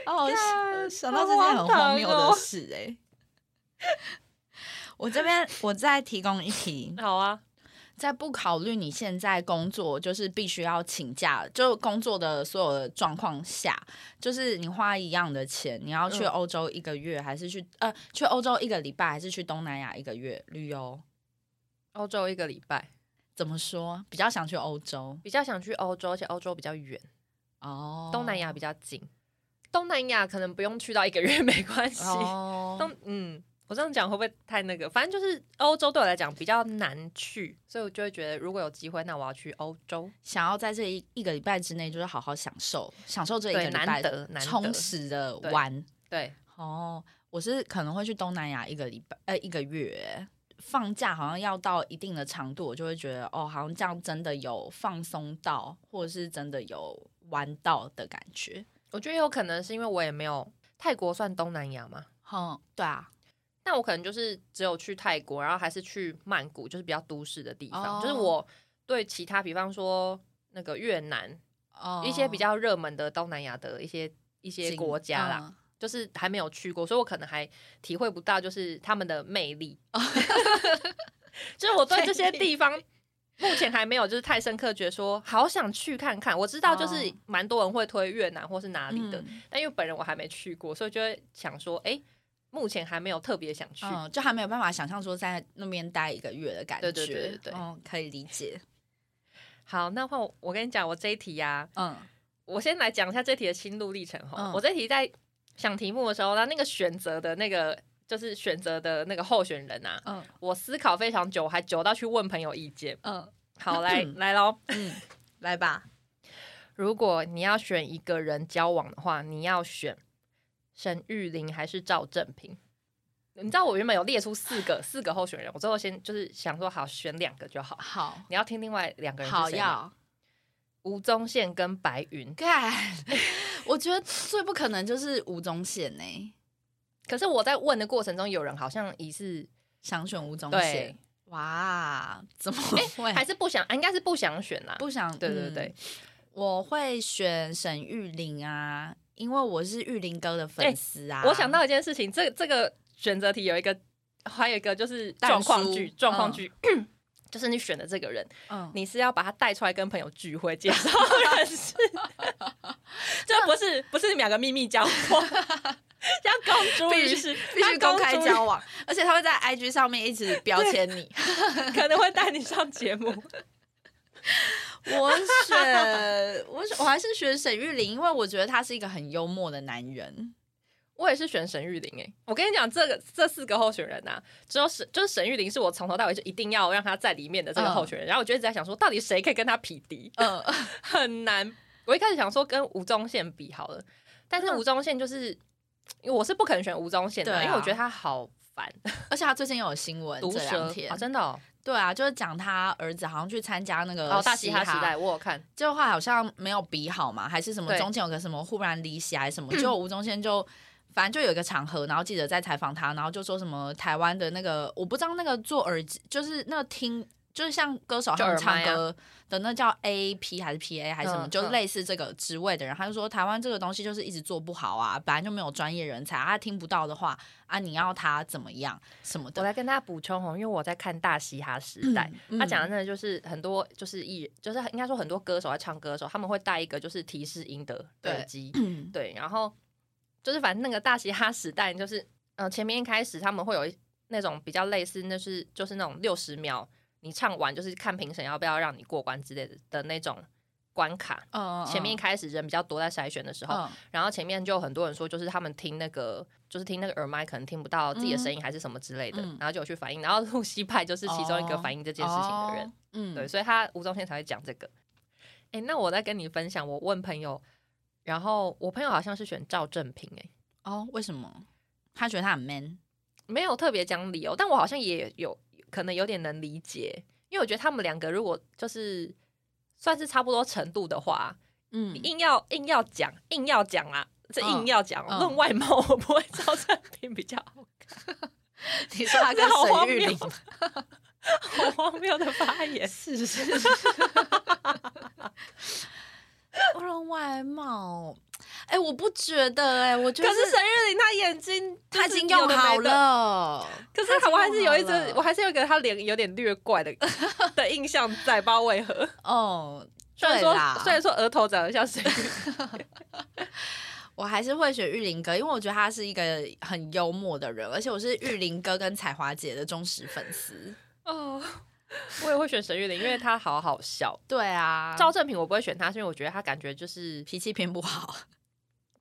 Speaker 2: 哦
Speaker 1: 干，
Speaker 2: 想到这件很荒谬
Speaker 1: 好荒唐
Speaker 2: 的
Speaker 1: 哦
Speaker 2: 事哎、我这边我再提供一题，
Speaker 1: 好啊，
Speaker 2: 在不考虑你现在工作就是必须要请假，就工作的所有的状况下，就是你花一样的钱，你要去
Speaker 1: 嗯
Speaker 2: 欧洲一个月，还是去呃去欧洲一个礼拜，还是去东南亚一个月旅游？
Speaker 1: 欧洲一个礼拜，
Speaker 2: 怎么说？比较想去欧洲
Speaker 1: 比较想去欧洲，而且欧洲比较远，
Speaker 2: 哦，
Speaker 1: 东南亚 比较近。东南亚可能不用去到一个月没关系，
Speaker 2: 哦，
Speaker 1: 东嗯，我这样讲会不会太那个？反正就是欧洲对我来讲比较难去，所以我就会觉得如果有机会，那我要去欧洲。
Speaker 2: 想要在这一一个礼拜之内，就是好好享受享受这一个
Speaker 1: 对，
Speaker 2: 礼拜，
Speaker 1: 难得难
Speaker 2: 充
Speaker 1: 得，
Speaker 2: 实的
Speaker 1: 对
Speaker 2: 玩。
Speaker 1: 对，
Speaker 2: 哦，我是可能会去东南亚一个礼拜，呃，一个月。放假好像要到一定的长度，我就会觉得哦，好像这样真的有放松到，或者是真的有玩到的感觉。
Speaker 1: 我觉得有可能是因为我也没有泰国算东南亚嘛，
Speaker 2: 嗯，对啊，
Speaker 1: 那我可能就是只有去泰国，然后还是去曼谷，就是比较都市的地方。
Speaker 2: 哦
Speaker 1: 就是我对其他，比方说那个越南、
Speaker 2: 哦，
Speaker 1: 一些比较热门的东南亚的一些一些
Speaker 2: 景
Speaker 1: 国家啦，，
Speaker 2: 嗯
Speaker 1: 就是还没有去过，所以我可能还体会不到就是他们的魅力。
Speaker 2: 哦
Speaker 1: 就是我对这些地方目前还没有就是太深刻，觉得说好想去看看。我知道就是
Speaker 2: 哦
Speaker 1: 蛮多人会推越南或是哪里的，
Speaker 2: 嗯
Speaker 1: 但因为本人我还没去过，所以就会想说，哎、目前还没有特别想去。
Speaker 2: 嗯，就还没有办法想象说在那边待一个月的感觉，
Speaker 1: 对对对对对
Speaker 2: 嗯，可以理解，
Speaker 1: 好，那换我我跟你讲，我这一题呀、
Speaker 2: 嗯，
Speaker 1: 我先来讲一下这题的心路历程哈。
Speaker 2: 嗯
Speaker 1: 我这题在想题目的时候，那那个选择的那个就是选择的那个候选人啊，
Speaker 2: 嗯
Speaker 1: 我思考非常久，我还久到去问朋友意见。
Speaker 2: 嗯
Speaker 1: 好，来来喽。
Speaker 2: 嗯，来吧，
Speaker 1: 如果你要选一个人交往的话，你要选沈玉玲还是赵正平？你知道我原本有列出四个四个候选人，我最后先就是想说好选两个就好。
Speaker 2: 好，
Speaker 1: 你要听另外两个人是
Speaker 2: 好
Speaker 1: 谁吗
Speaker 2: 要
Speaker 1: 吴宗宪跟白 云，
Speaker 2: 干， 我觉得最不可能就是吴宗宪呢、
Speaker 1: 可是我在问的过程中，有人好像疑似
Speaker 2: 想选吴宗
Speaker 1: 对
Speaker 2: 宪，，哇，怎么会？
Speaker 1: 还是不想，啊应该是不想选啦。
Speaker 2: 不想？
Speaker 1: 对对对
Speaker 2: 哎嗯，我会选沈玉玲啊，因为我是玉玲哥的
Speaker 1: 哎
Speaker 2: 粉丝啊、
Speaker 1: 我想到一件事情，这这个选择题有一个，还有一个就是
Speaker 2: 淡
Speaker 1: 状况
Speaker 2: 书
Speaker 1: 剧，状况
Speaker 2: 嗯
Speaker 1: 剧。 就是你选的这个人，
Speaker 2: 嗯，
Speaker 1: 你是要把他带出来跟朋友聚会介绍认 识，这不是不是你们两个秘密交往， 要公诸于世，
Speaker 2: 必须
Speaker 1: 他
Speaker 2: 公开
Speaker 1: 诸于
Speaker 2: 交往，而且他会在 IG 上面一直标签你。
Speaker 1: 可能会带你上节目。
Speaker 2: 我选，我选我还是选沈玉玲，因为我觉得他是一个很幽默的男人。
Speaker 1: 我也是选沈玉玲诶、我跟你讲，这个这四个候选人啊，只有沈就是沈玉玲是我从头到尾就一定要让她在里面的这个候选人，然后我就一直在想说，到底谁可以跟她匹敌，
Speaker 2: 嗯，
Speaker 1: 很难。我一开始想说跟吴宗宪比好了，但是
Speaker 2: 嗯
Speaker 1: 吴宗宪就是，因为我是不可能选吴宗宪的，
Speaker 2: 对啊
Speaker 1: 因为我觉得他好烦，
Speaker 2: 而且他最近又有新闻
Speaker 1: 毒
Speaker 2: 这两
Speaker 1: 舌
Speaker 2: 天
Speaker 1: 啊，，真的哦，
Speaker 2: 对啊，就是讲他儿子好像去参加那个
Speaker 1: 哦，大嘻哈时代我有看，
Speaker 2: 就后来好像没有比好嘛，还是什么
Speaker 1: 对
Speaker 2: 中间有个什么忽然离席 还是什么，就吴宗宪就反正就有一个场合，然后记者在采访他，然后就说什么台湾的那个我不知道那个做耳机就是那个听。就是像歌手他们
Speaker 1: 就耳麦
Speaker 2: 唱
Speaker 1: 啊
Speaker 2: 歌的那叫 A P 还是 P A 还是什么，
Speaker 1: 嗯
Speaker 2: 就是
Speaker 1: 嗯
Speaker 2: 类似这个职位的人，他就说台湾这个东西就是一直做不好啊，本来就没有专业人才，啊他听不到的话啊，你要他怎么样什么
Speaker 1: 我
Speaker 2: 的。
Speaker 1: 来跟大家补充哦，因为我在看大嘻哈时代，
Speaker 2: 嗯
Speaker 1: 他讲的那个就是很多就是艺人，就是应该说很多歌手在唱歌的时候，他们会戴一个就是提示音的
Speaker 2: 对
Speaker 1: 耳机，
Speaker 2: 嗯
Speaker 1: 对，然后就是反正那个大嘻哈时代，就是呃前面一开始他们会有一那种比较类似，那是就是那种六十秒你唱完就是看评审要不要让你过关之类的的那种关卡。
Speaker 2: 嗯
Speaker 1: 前面一开始人比较多，在筛选的时候，
Speaker 2: 嗯
Speaker 1: 然后前面就有很多人说，就是他们听那个，就是听那个耳麦，可能听不到自己的声音还是什么之类的，
Speaker 2: 嗯
Speaker 1: 然后就有去反映。然后露西派就是其中一个
Speaker 2: 哦
Speaker 1: 反映这件事情的人，
Speaker 2: 哦嗯
Speaker 1: 对，所以他吴宗宪才会讲这个。哎，那我再跟你分享，我问朋友，然后我朋友好像是选赵正平、诶，哎，
Speaker 2: 哦，为什么？他觉得他很 man，
Speaker 1: 没有特别讲理由，但我好像也有可能有点能理解，因为我觉得他们两个如果就是算是差不多程度的话，
Speaker 2: 嗯
Speaker 1: 硬要硬要讲，硬要讲啦，这
Speaker 2: 嗯
Speaker 1: 硬要讲哦
Speaker 2: 嗯
Speaker 1: 论、外貌，我不会照正品比较好，
Speaker 2: 你说他跟
Speaker 1: 这好荒
Speaker 2: 沈玉
Speaker 1: 谬
Speaker 2: 玲
Speaker 1: 好荒谬的发 言。
Speaker 2: 是是是，论外貌，哎、我不觉得哎、我觉
Speaker 1: 可
Speaker 2: 得
Speaker 1: 是沈玉玲她眼睛
Speaker 2: 他已
Speaker 1: 就是
Speaker 2: 经
Speaker 1: 有
Speaker 2: 用
Speaker 1: 的
Speaker 2: 好
Speaker 1: 没的，
Speaker 2: 了，
Speaker 1: 可是
Speaker 2: 她已经
Speaker 1: 我还是有一
Speaker 2: 用好了
Speaker 1: 只，我还是有一个她脸有点略怪 的的印象在，不知道为何。
Speaker 2: 哦，
Speaker 1: 虽然
Speaker 2: 对啦
Speaker 1: 说虽然说额头长得像沈玉玲，
Speaker 2: 我还是会选玉林哥，因为我觉得他是一个很幽默的人，而且我是玉林哥跟彩华姐的忠实粉丝。
Speaker 1: 哦，我也会选沈玉玲，因为她好好笑。
Speaker 2: 对啊，
Speaker 1: 赵正平我不会选她，是因为我觉得她感觉就是
Speaker 2: 脾气偏不好，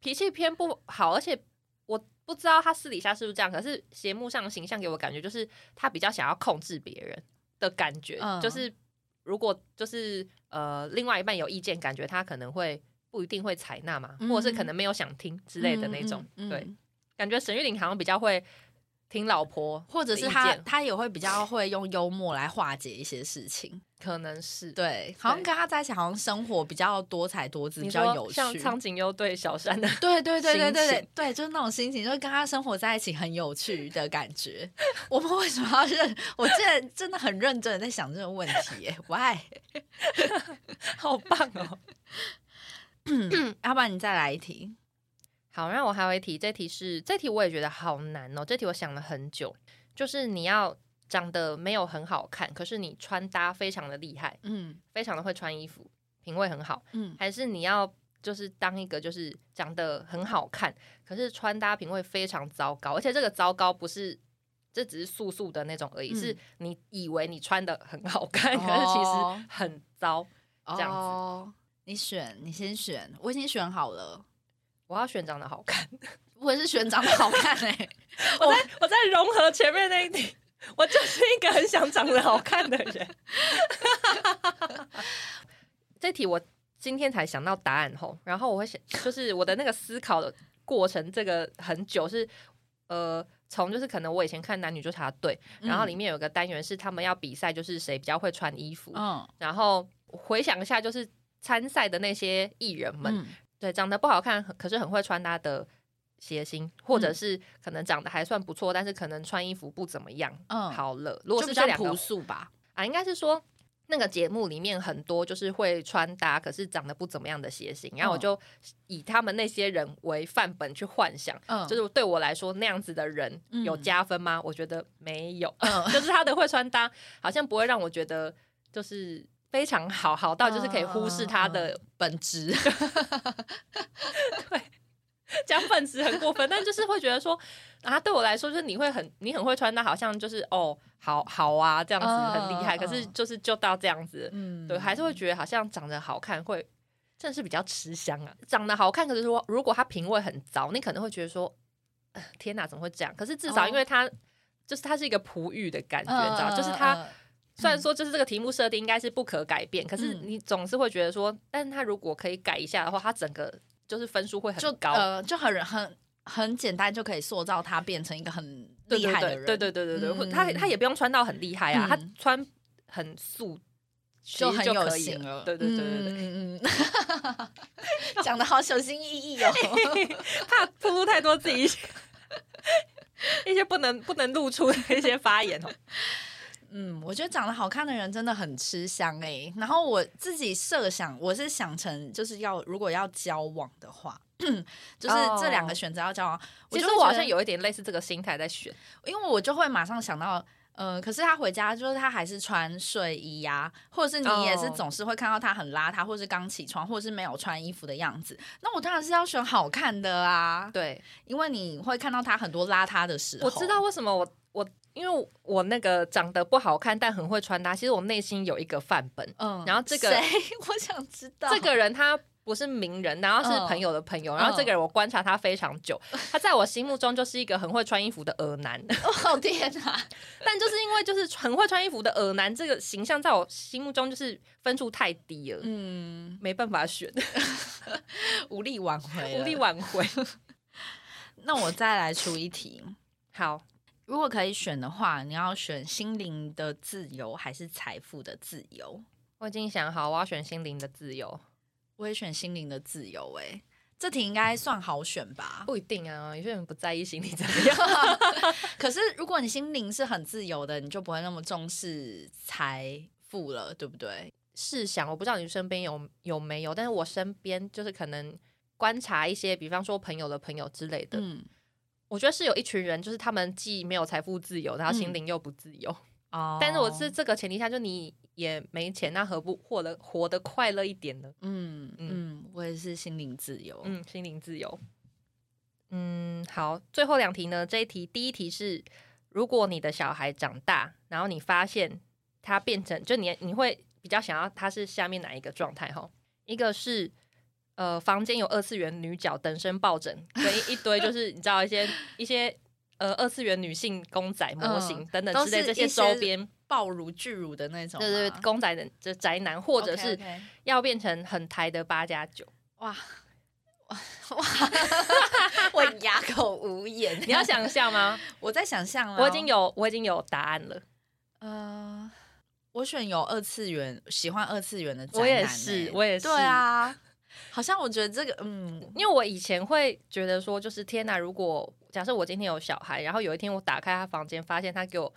Speaker 1: 脾气偏不好，而且我不知道他私底下是不是这样，可是节目上的形象给我感觉就是他比较想要控制别人的感觉，
Speaker 2: 嗯
Speaker 1: 就是如果就是呃另外一半有意见，感觉他可能会不一定会采纳嘛，
Speaker 2: 嗯
Speaker 1: 或者是可能没有想听 之类的那种。
Speaker 2: 嗯嗯嗯
Speaker 1: 对，感觉沈玉玲好像比较会听老婆，
Speaker 2: 或者是
Speaker 1: 意
Speaker 2: 他
Speaker 1: 见
Speaker 2: 他也会比较会用幽默来化解一些事情。
Speaker 1: 可能是。
Speaker 2: 对，好像跟他在一起，好像生活比较多彩多姿，比
Speaker 1: 你
Speaker 2: 较
Speaker 1: 说
Speaker 2: 有趣。
Speaker 1: 像苍井优对小山的，
Speaker 2: 对对对对对
Speaker 1: 心
Speaker 2: 对对，就是那种心情，就是跟他生活在一起很有趣的感觉。我们为什么要认？我真的真的很认真的在想这个问题耶，why？
Speaker 1: 好棒哦！
Speaker 2: 要不然你再来一题。
Speaker 1: 好，那我还有一题，这题是这题我也觉得好难哦，这题我想了很久，就是你要长得没有很好看，可是你穿搭非常的厉害，
Speaker 2: 嗯
Speaker 1: 非常的会穿衣服，品味很好，
Speaker 2: 嗯，
Speaker 1: 还是你要就是当一个就是长得很好看，可是穿搭品味非常糟糕，而且这个糟糕不是。这只是素素的那种而已，
Speaker 2: 嗯
Speaker 1: 是你以为你穿的很好看， 可是其
Speaker 2: 哦
Speaker 1: 实很糟。这样子
Speaker 2: 哦你选，你先选，我已经选好了。
Speaker 1: 我要选长得好看，
Speaker 2: 我也是选长得好看哎、
Speaker 1: 我在我在融合前面那一题， 我就是一个很想长得好看的人。 这题我今天才想到答案吼，然后我会想，就是我的那个思考的过程，这个很久是呃，从就是可能我以前看男女纠察队，然后里面有个单元是他们要比赛，就是谁比较会穿衣服，
Speaker 2: 嗯
Speaker 1: 然后回想一下就是参赛的那些艺人们，
Speaker 2: 嗯
Speaker 1: 对，长得不好看，可是很会穿搭的谐星，或
Speaker 2: 嗯
Speaker 1: 者是可能长得还算不错，但是可能穿衣服不怎么样。
Speaker 2: 嗯，，
Speaker 1: 好了，如果
Speaker 2: 就是
Speaker 1: 这
Speaker 2: 比较
Speaker 1: 两个
Speaker 2: 朴素吧。
Speaker 1: 啊，应该是说那个节目里面很多就是会穿搭，可是长得不怎么样的谐星，然后我
Speaker 2: 嗯
Speaker 1: 就以他们那些人为范本去幻想。
Speaker 2: 嗯，
Speaker 1: 就是对我来说，那样子的人有
Speaker 2: 嗯
Speaker 1: 加分吗？我觉得没有，
Speaker 2: 嗯
Speaker 1: 就是他的会穿搭好像不会让我觉得就是非常好，好到就是可以忽
Speaker 2: 嗯
Speaker 1: 视他的
Speaker 2: 本质。
Speaker 1: 讲本质很过分，但就是会觉得说，啊，对我来说，就是你会很你很会穿搭，好像就是哦，好好啊，这样子
Speaker 2: 嗯
Speaker 1: 很厉害。
Speaker 2: 嗯
Speaker 1: 可是就是就到这样子，
Speaker 2: 嗯，
Speaker 1: 对，还是会觉得好像长得好看会真的是比较吃香啊。长得好看，可是说如果他品味很糟，你可能会觉得说，呃天哪，怎么会这样？可是至少
Speaker 2: 哦
Speaker 1: 因为他、就是他是一个璞玉的感觉，
Speaker 2: 嗯
Speaker 1: 你知道，就是他。
Speaker 2: 嗯
Speaker 1: 虽然说就是这个题目设定应该是不可改变，可是你总是会觉得说，但是他如果可以改一下的话，他整个就是分数会很
Speaker 2: 就
Speaker 1: 高。
Speaker 2: 呃，就很很很简单就可以塑造他变成一个很
Speaker 1: 对
Speaker 2: 厉
Speaker 1: 对
Speaker 2: 害的
Speaker 1: 对
Speaker 2: 人，
Speaker 1: 对对对对对，或
Speaker 2: 嗯
Speaker 1: 他他也不用穿到很厉害啊，
Speaker 2: 嗯
Speaker 1: 他穿很素其实
Speaker 2: 就很有
Speaker 1: 可以
Speaker 2: 型
Speaker 1: 了。
Speaker 2: 了。
Speaker 1: 对对对对对，
Speaker 2: 嗯嗯嗯， 讲的好小心翼翼哦。
Speaker 1: 怕暴露太多自己一 些一些不能不能露出的一些发言 哦。
Speaker 2: 嗯，我觉得长得好看的人真的很吃香哎、然后我自己设想，我是想成就是要如果要交往的话， 就是这两个选择要交往，
Speaker 1: 哦其实
Speaker 2: 就会
Speaker 1: 我好
Speaker 2: 觉得
Speaker 1: 像有一点类似这个心态在选，
Speaker 2: 因为我就会马上想到，呃，可是他回家就是他还是穿睡衣呀、或者是你也是
Speaker 1: 哦
Speaker 2: 总是会看到他很邋遢，或是刚起床，或是没有穿衣服的样子。那我当然是要选好看的啊，
Speaker 1: 对，
Speaker 2: 因为你会看到他很多邋遢的时候。
Speaker 1: 我知道，为什么我我因为我那个长得不好看但很会穿搭，其实我内心有一个范本，
Speaker 2: 嗯
Speaker 1: 然后这个
Speaker 2: 谁？ 我想知道
Speaker 1: 这个人他不是名人，然后是
Speaker 2: 嗯
Speaker 1: 朋友的朋友，然后这个人我观察他非常久，他在我心目中就是一个很会穿衣服的恶 男。
Speaker 2: 哦 天哪！
Speaker 1: 但就是因为就是很会穿衣服的耳男这个形象，在我心目中就是分数太低了，
Speaker 2: 嗯，
Speaker 1: 没办法选，
Speaker 2: 无力挽回，
Speaker 1: 无力。挽回。
Speaker 2: 那我再来出一题，
Speaker 1: 好，
Speaker 2: 如果可以选的话，你要选心灵的自由还是财富的自由？
Speaker 1: 我已经想好，我要选心灵的自由，
Speaker 2: 我也选心灵的自由、欸，哎，这题应该算好选吧？
Speaker 1: 不一定啊，有些人不在意心理怎么样。
Speaker 2: 可是如果你心灵是很自由的，你就不会那么重视财富了，对不对？
Speaker 1: 试想，我不知道你身边有有没有，但是我身边就是可能观察一些，比方说朋友的朋友之类的，
Speaker 2: 嗯，
Speaker 1: 我觉得是有一群人，就是他们既没有财富自由，然后心
Speaker 2: 嗯
Speaker 1: 灵又不自由。
Speaker 2: 哦
Speaker 1: 但是我是，这个前提下，就你也没钱，那何不活得活得快乐一点呢？
Speaker 2: 嗯
Speaker 1: 嗯
Speaker 2: 嗯，我也是心灵自由，
Speaker 1: 嗯，心灵自由。嗯，好，最后两题呢？这一题，第一题是，如果你的小孩长大，然后你发现他变成，就你你会比较想要他是下面哪一个状态？哈，一个是呃房间有二次元女角等身抱枕，跟一一堆就是你知道一些一些呃二次元女性公仔模型、
Speaker 2: 嗯
Speaker 1: 等
Speaker 2: 都
Speaker 1: 等之
Speaker 2: 是
Speaker 1: 类这
Speaker 2: 一
Speaker 1: 些
Speaker 2: 些
Speaker 1: 周边，
Speaker 2: 暴乳巨乳的那种吗，
Speaker 1: 对对对，公仔的这宅男，或者
Speaker 2: OK，OK
Speaker 1: 是要变成很台的八加九。
Speaker 2: 哇 哇 我哑口无言。
Speaker 1: 你要，想象吗？
Speaker 2: 我在想象了，
Speaker 1: 我已经有我已经有答案了，
Speaker 2: 呃，我选有二次元，喜欢二次元的宅男
Speaker 1: 我
Speaker 2: 欸、
Speaker 1: 也是我也是
Speaker 2: 对啊，好像我觉得这个，嗯，
Speaker 1: 因为我以前会觉得说，就是天哪，如果假设我今天有小孩，然后有一天我打开他房间，发现他给我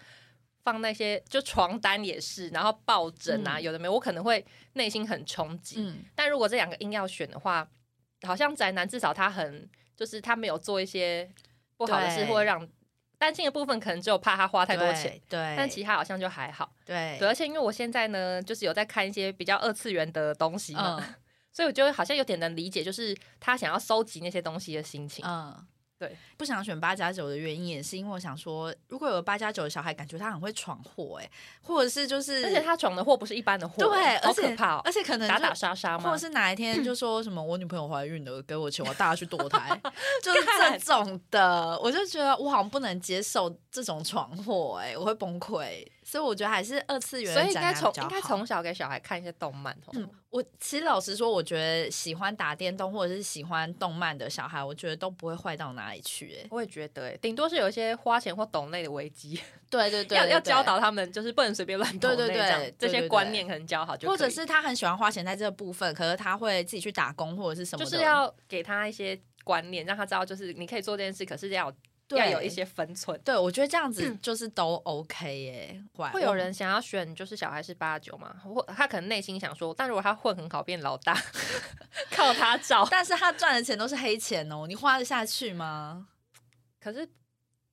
Speaker 1: 放那些就床单也是，然后抱枕啊，
Speaker 2: 嗯
Speaker 1: 有的没有，我可能会内心很冲击。
Speaker 2: 嗯，
Speaker 1: 但如果这两个硬要选的话，好像宅男至少他很就是他没有做一些不好的事，
Speaker 2: 对
Speaker 1: 或者让担心的部分可能只有怕他花太多钱，
Speaker 2: 对，对，
Speaker 1: 但其他好像就还好。
Speaker 2: 对
Speaker 1: 对，而且因为我现在呢，就是有在看一些比较二次元的东西嘛，
Speaker 2: 嗯
Speaker 1: 所以我觉得好像有点能理解，就是他想要收集那些东西的心情。
Speaker 2: 嗯，
Speaker 1: 对，
Speaker 2: 不想选八加九的原因也是因为我想说，如果有八加九的小孩，感觉他很会闯祸，哎，或者是就是，
Speaker 1: 而且他闯的祸不是一般的祸，
Speaker 2: 对，
Speaker 1: 好
Speaker 2: 而且
Speaker 1: 可怕哦，
Speaker 2: 而且可能
Speaker 1: 打
Speaker 2: 就
Speaker 1: 打杀杀嘛
Speaker 2: 或者。是哪一天就说什么我女朋友怀孕了，给我钱，我带她去 堕胎，就是这种的，我就觉得我好像不能接受这种闯祸，哎，我会崩溃，所以我觉得还是二次元
Speaker 1: 所以
Speaker 2: 的
Speaker 1: 应
Speaker 2: 宅
Speaker 1: 该
Speaker 2: 男
Speaker 1: 从
Speaker 2: 比较
Speaker 1: 应该
Speaker 2: 好
Speaker 1: 从小给小孩看一些动漫哦。
Speaker 2: 嗯，我其实老实说，我觉得喜欢打电动或者是喜欢动漫的小孩，我觉得都不会坏到哪里去、哎，
Speaker 1: 我也觉得欸，顶多是有一些花钱或懂类的危机，
Speaker 2: 对对对
Speaker 1: 要要教。导他们，就是不能随便乱懂
Speaker 2: 对
Speaker 1: 内
Speaker 2: 对
Speaker 1: 这样
Speaker 2: 对
Speaker 1: 这
Speaker 2: 对
Speaker 1: 些
Speaker 2: 对
Speaker 1: 观
Speaker 2: 对
Speaker 1: 念可能教好就可以，
Speaker 2: 或者是他很喜欢花钱在这部分，可是他会自己去打工或者是什么
Speaker 1: 就
Speaker 2: 的，
Speaker 1: 是要给他一些观念，让他知道，就是你可以做这件事，可是要有
Speaker 2: 对
Speaker 1: 要有一。些分寸。
Speaker 2: 对，我觉得这样子就是都 OK 耶、坏
Speaker 1: 会有 人想要选，就是小孩是八九嘛，或他可能内心想说，但如果他混很好变老大， 靠他照，
Speaker 2: 但是他赚的钱都是黑钱哦，你花得下去吗？
Speaker 1: 可是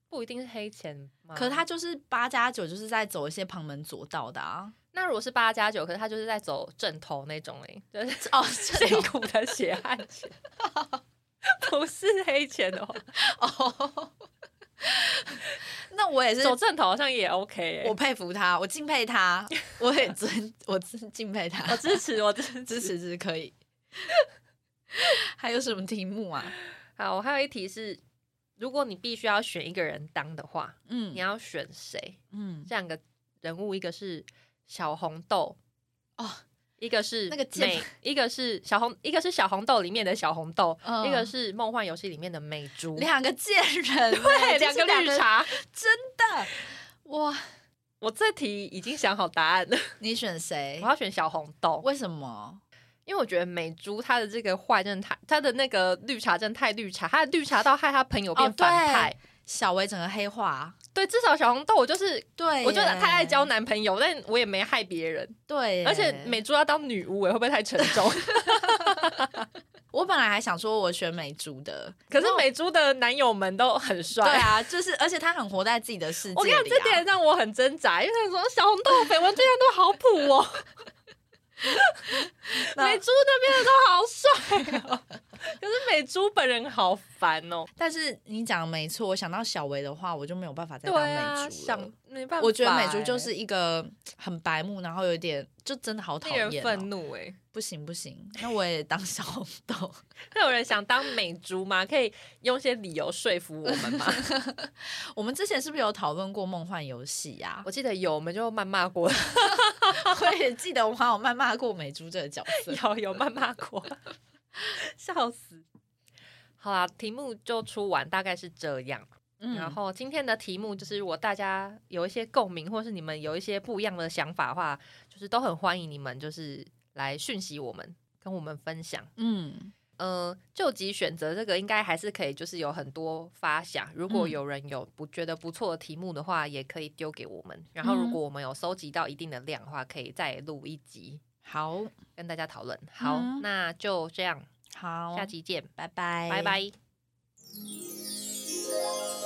Speaker 1: 不一定是黑钱嘛。
Speaker 2: 可是他就是八加九，就是在走一些旁门左道的啊。
Speaker 1: 那如果是八加九，可是他就是在走正头那种哎、就是
Speaker 2: 哦，
Speaker 1: 辛苦的血汗钱， 不是黑钱哦，
Speaker 2: 哦， 那我也是，
Speaker 1: 走正头好像也 OK 哎、
Speaker 2: 我佩服他，我敬佩 他，我也尊，我真敬 佩
Speaker 1: 我
Speaker 2: 他，
Speaker 1: 支持，我支持。
Speaker 2: 支持是可以。 还有什么题目啊？
Speaker 1: 好，我还有一题是，如果你必须要选一个人当的话，
Speaker 2: 嗯
Speaker 1: 你要选谁？
Speaker 2: 嗯，
Speaker 1: 这两个人物，一个是小红豆，
Speaker 2: 哦，
Speaker 1: 一个是
Speaker 2: 那个键
Speaker 1: 美，一个是小红，一个是小红豆里面的小红豆，
Speaker 2: 嗯
Speaker 1: 一个是梦幻游戏里面的美珠，
Speaker 2: 两个贱人欸，
Speaker 1: 对，
Speaker 2: 就
Speaker 1: 两
Speaker 2: 是
Speaker 1: 个绿茶。
Speaker 2: 的哇！
Speaker 1: 我这题已经想好答案了，
Speaker 2: 你选谁
Speaker 1: 我？要选小红豆，
Speaker 2: 为什么？
Speaker 1: 因为我觉得美珠她的这个坏真的太，她的那个绿茶真的太绿茶，她的绿茶到害她朋友变
Speaker 2: 哦
Speaker 1: 反派。
Speaker 2: 小薇整个黑化，
Speaker 1: 对，至少小红豆，我就是
Speaker 2: 对
Speaker 1: 我就
Speaker 2: 耶
Speaker 1: 太爱交男朋友，但我也没害别人，
Speaker 2: 对耶，
Speaker 1: 而且美珠要当女巫，哎，会不会太沉重？
Speaker 2: 我本来还想说我选美珠的，
Speaker 1: 可是美珠的男友们都很帅。
Speaker 2: 对啊，就是而且她很活在自己的世界里、啊。
Speaker 1: 我跟你讲，这点让我很挣扎，因为他说小红豆绯闻对象都好普哦，
Speaker 2: 那
Speaker 1: 美珠那边的都好帅哦，可是美珠本人好烦 哦。
Speaker 2: 但是你讲的没错，我想到小薇的话，我就没有办法再
Speaker 1: 对
Speaker 2: 当美
Speaker 1: 啊，
Speaker 2: 珠
Speaker 1: 想
Speaker 2: 了。
Speaker 1: 没办法欸，
Speaker 2: 我觉得美珠就是一个很白目，然后有点就真的好讨
Speaker 1: 令人
Speaker 2: 厌、
Speaker 1: 愤
Speaker 2: 哦，
Speaker 1: 怒哎。
Speaker 2: 不行不行，那我也当小红豆。
Speaker 1: 那有人想当美珠吗？可以用一些理由说服我们 吗？
Speaker 2: 我们之前是不是有讨论过梦幻游戏呀？
Speaker 1: 我记得有，我们就谩骂过，
Speaker 2: 我也记得我好像有谩骂过美珠这个角色。
Speaker 1: 有有谩骂过， 笑死。好啦，题目就出完，大概是这样。
Speaker 2: 嗯
Speaker 1: 然后今天的题目就是，如果大家有一些共鸣，或是你们有一些不一样的想法的话，就是都很欢迎你们，就是来讯息我们，跟我们分享。
Speaker 2: 嗯，
Speaker 1: 呃，就级选择这个应该还是可以，就是有很多发想。如果
Speaker 2: 嗯
Speaker 1: 有人有不觉得不错的题目的话，也可以丢给我们。然后，如
Speaker 2: 嗯
Speaker 1: 果我们有收集到一定的量的话，可以再录一集
Speaker 2: 好
Speaker 1: 跟大家讨论。好，
Speaker 2: 嗯
Speaker 1: 那就这样，
Speaker 2: 好，
Speaker 1: 下期见，
Speaker 2: 拜拜
Speaker 1: 拜拜。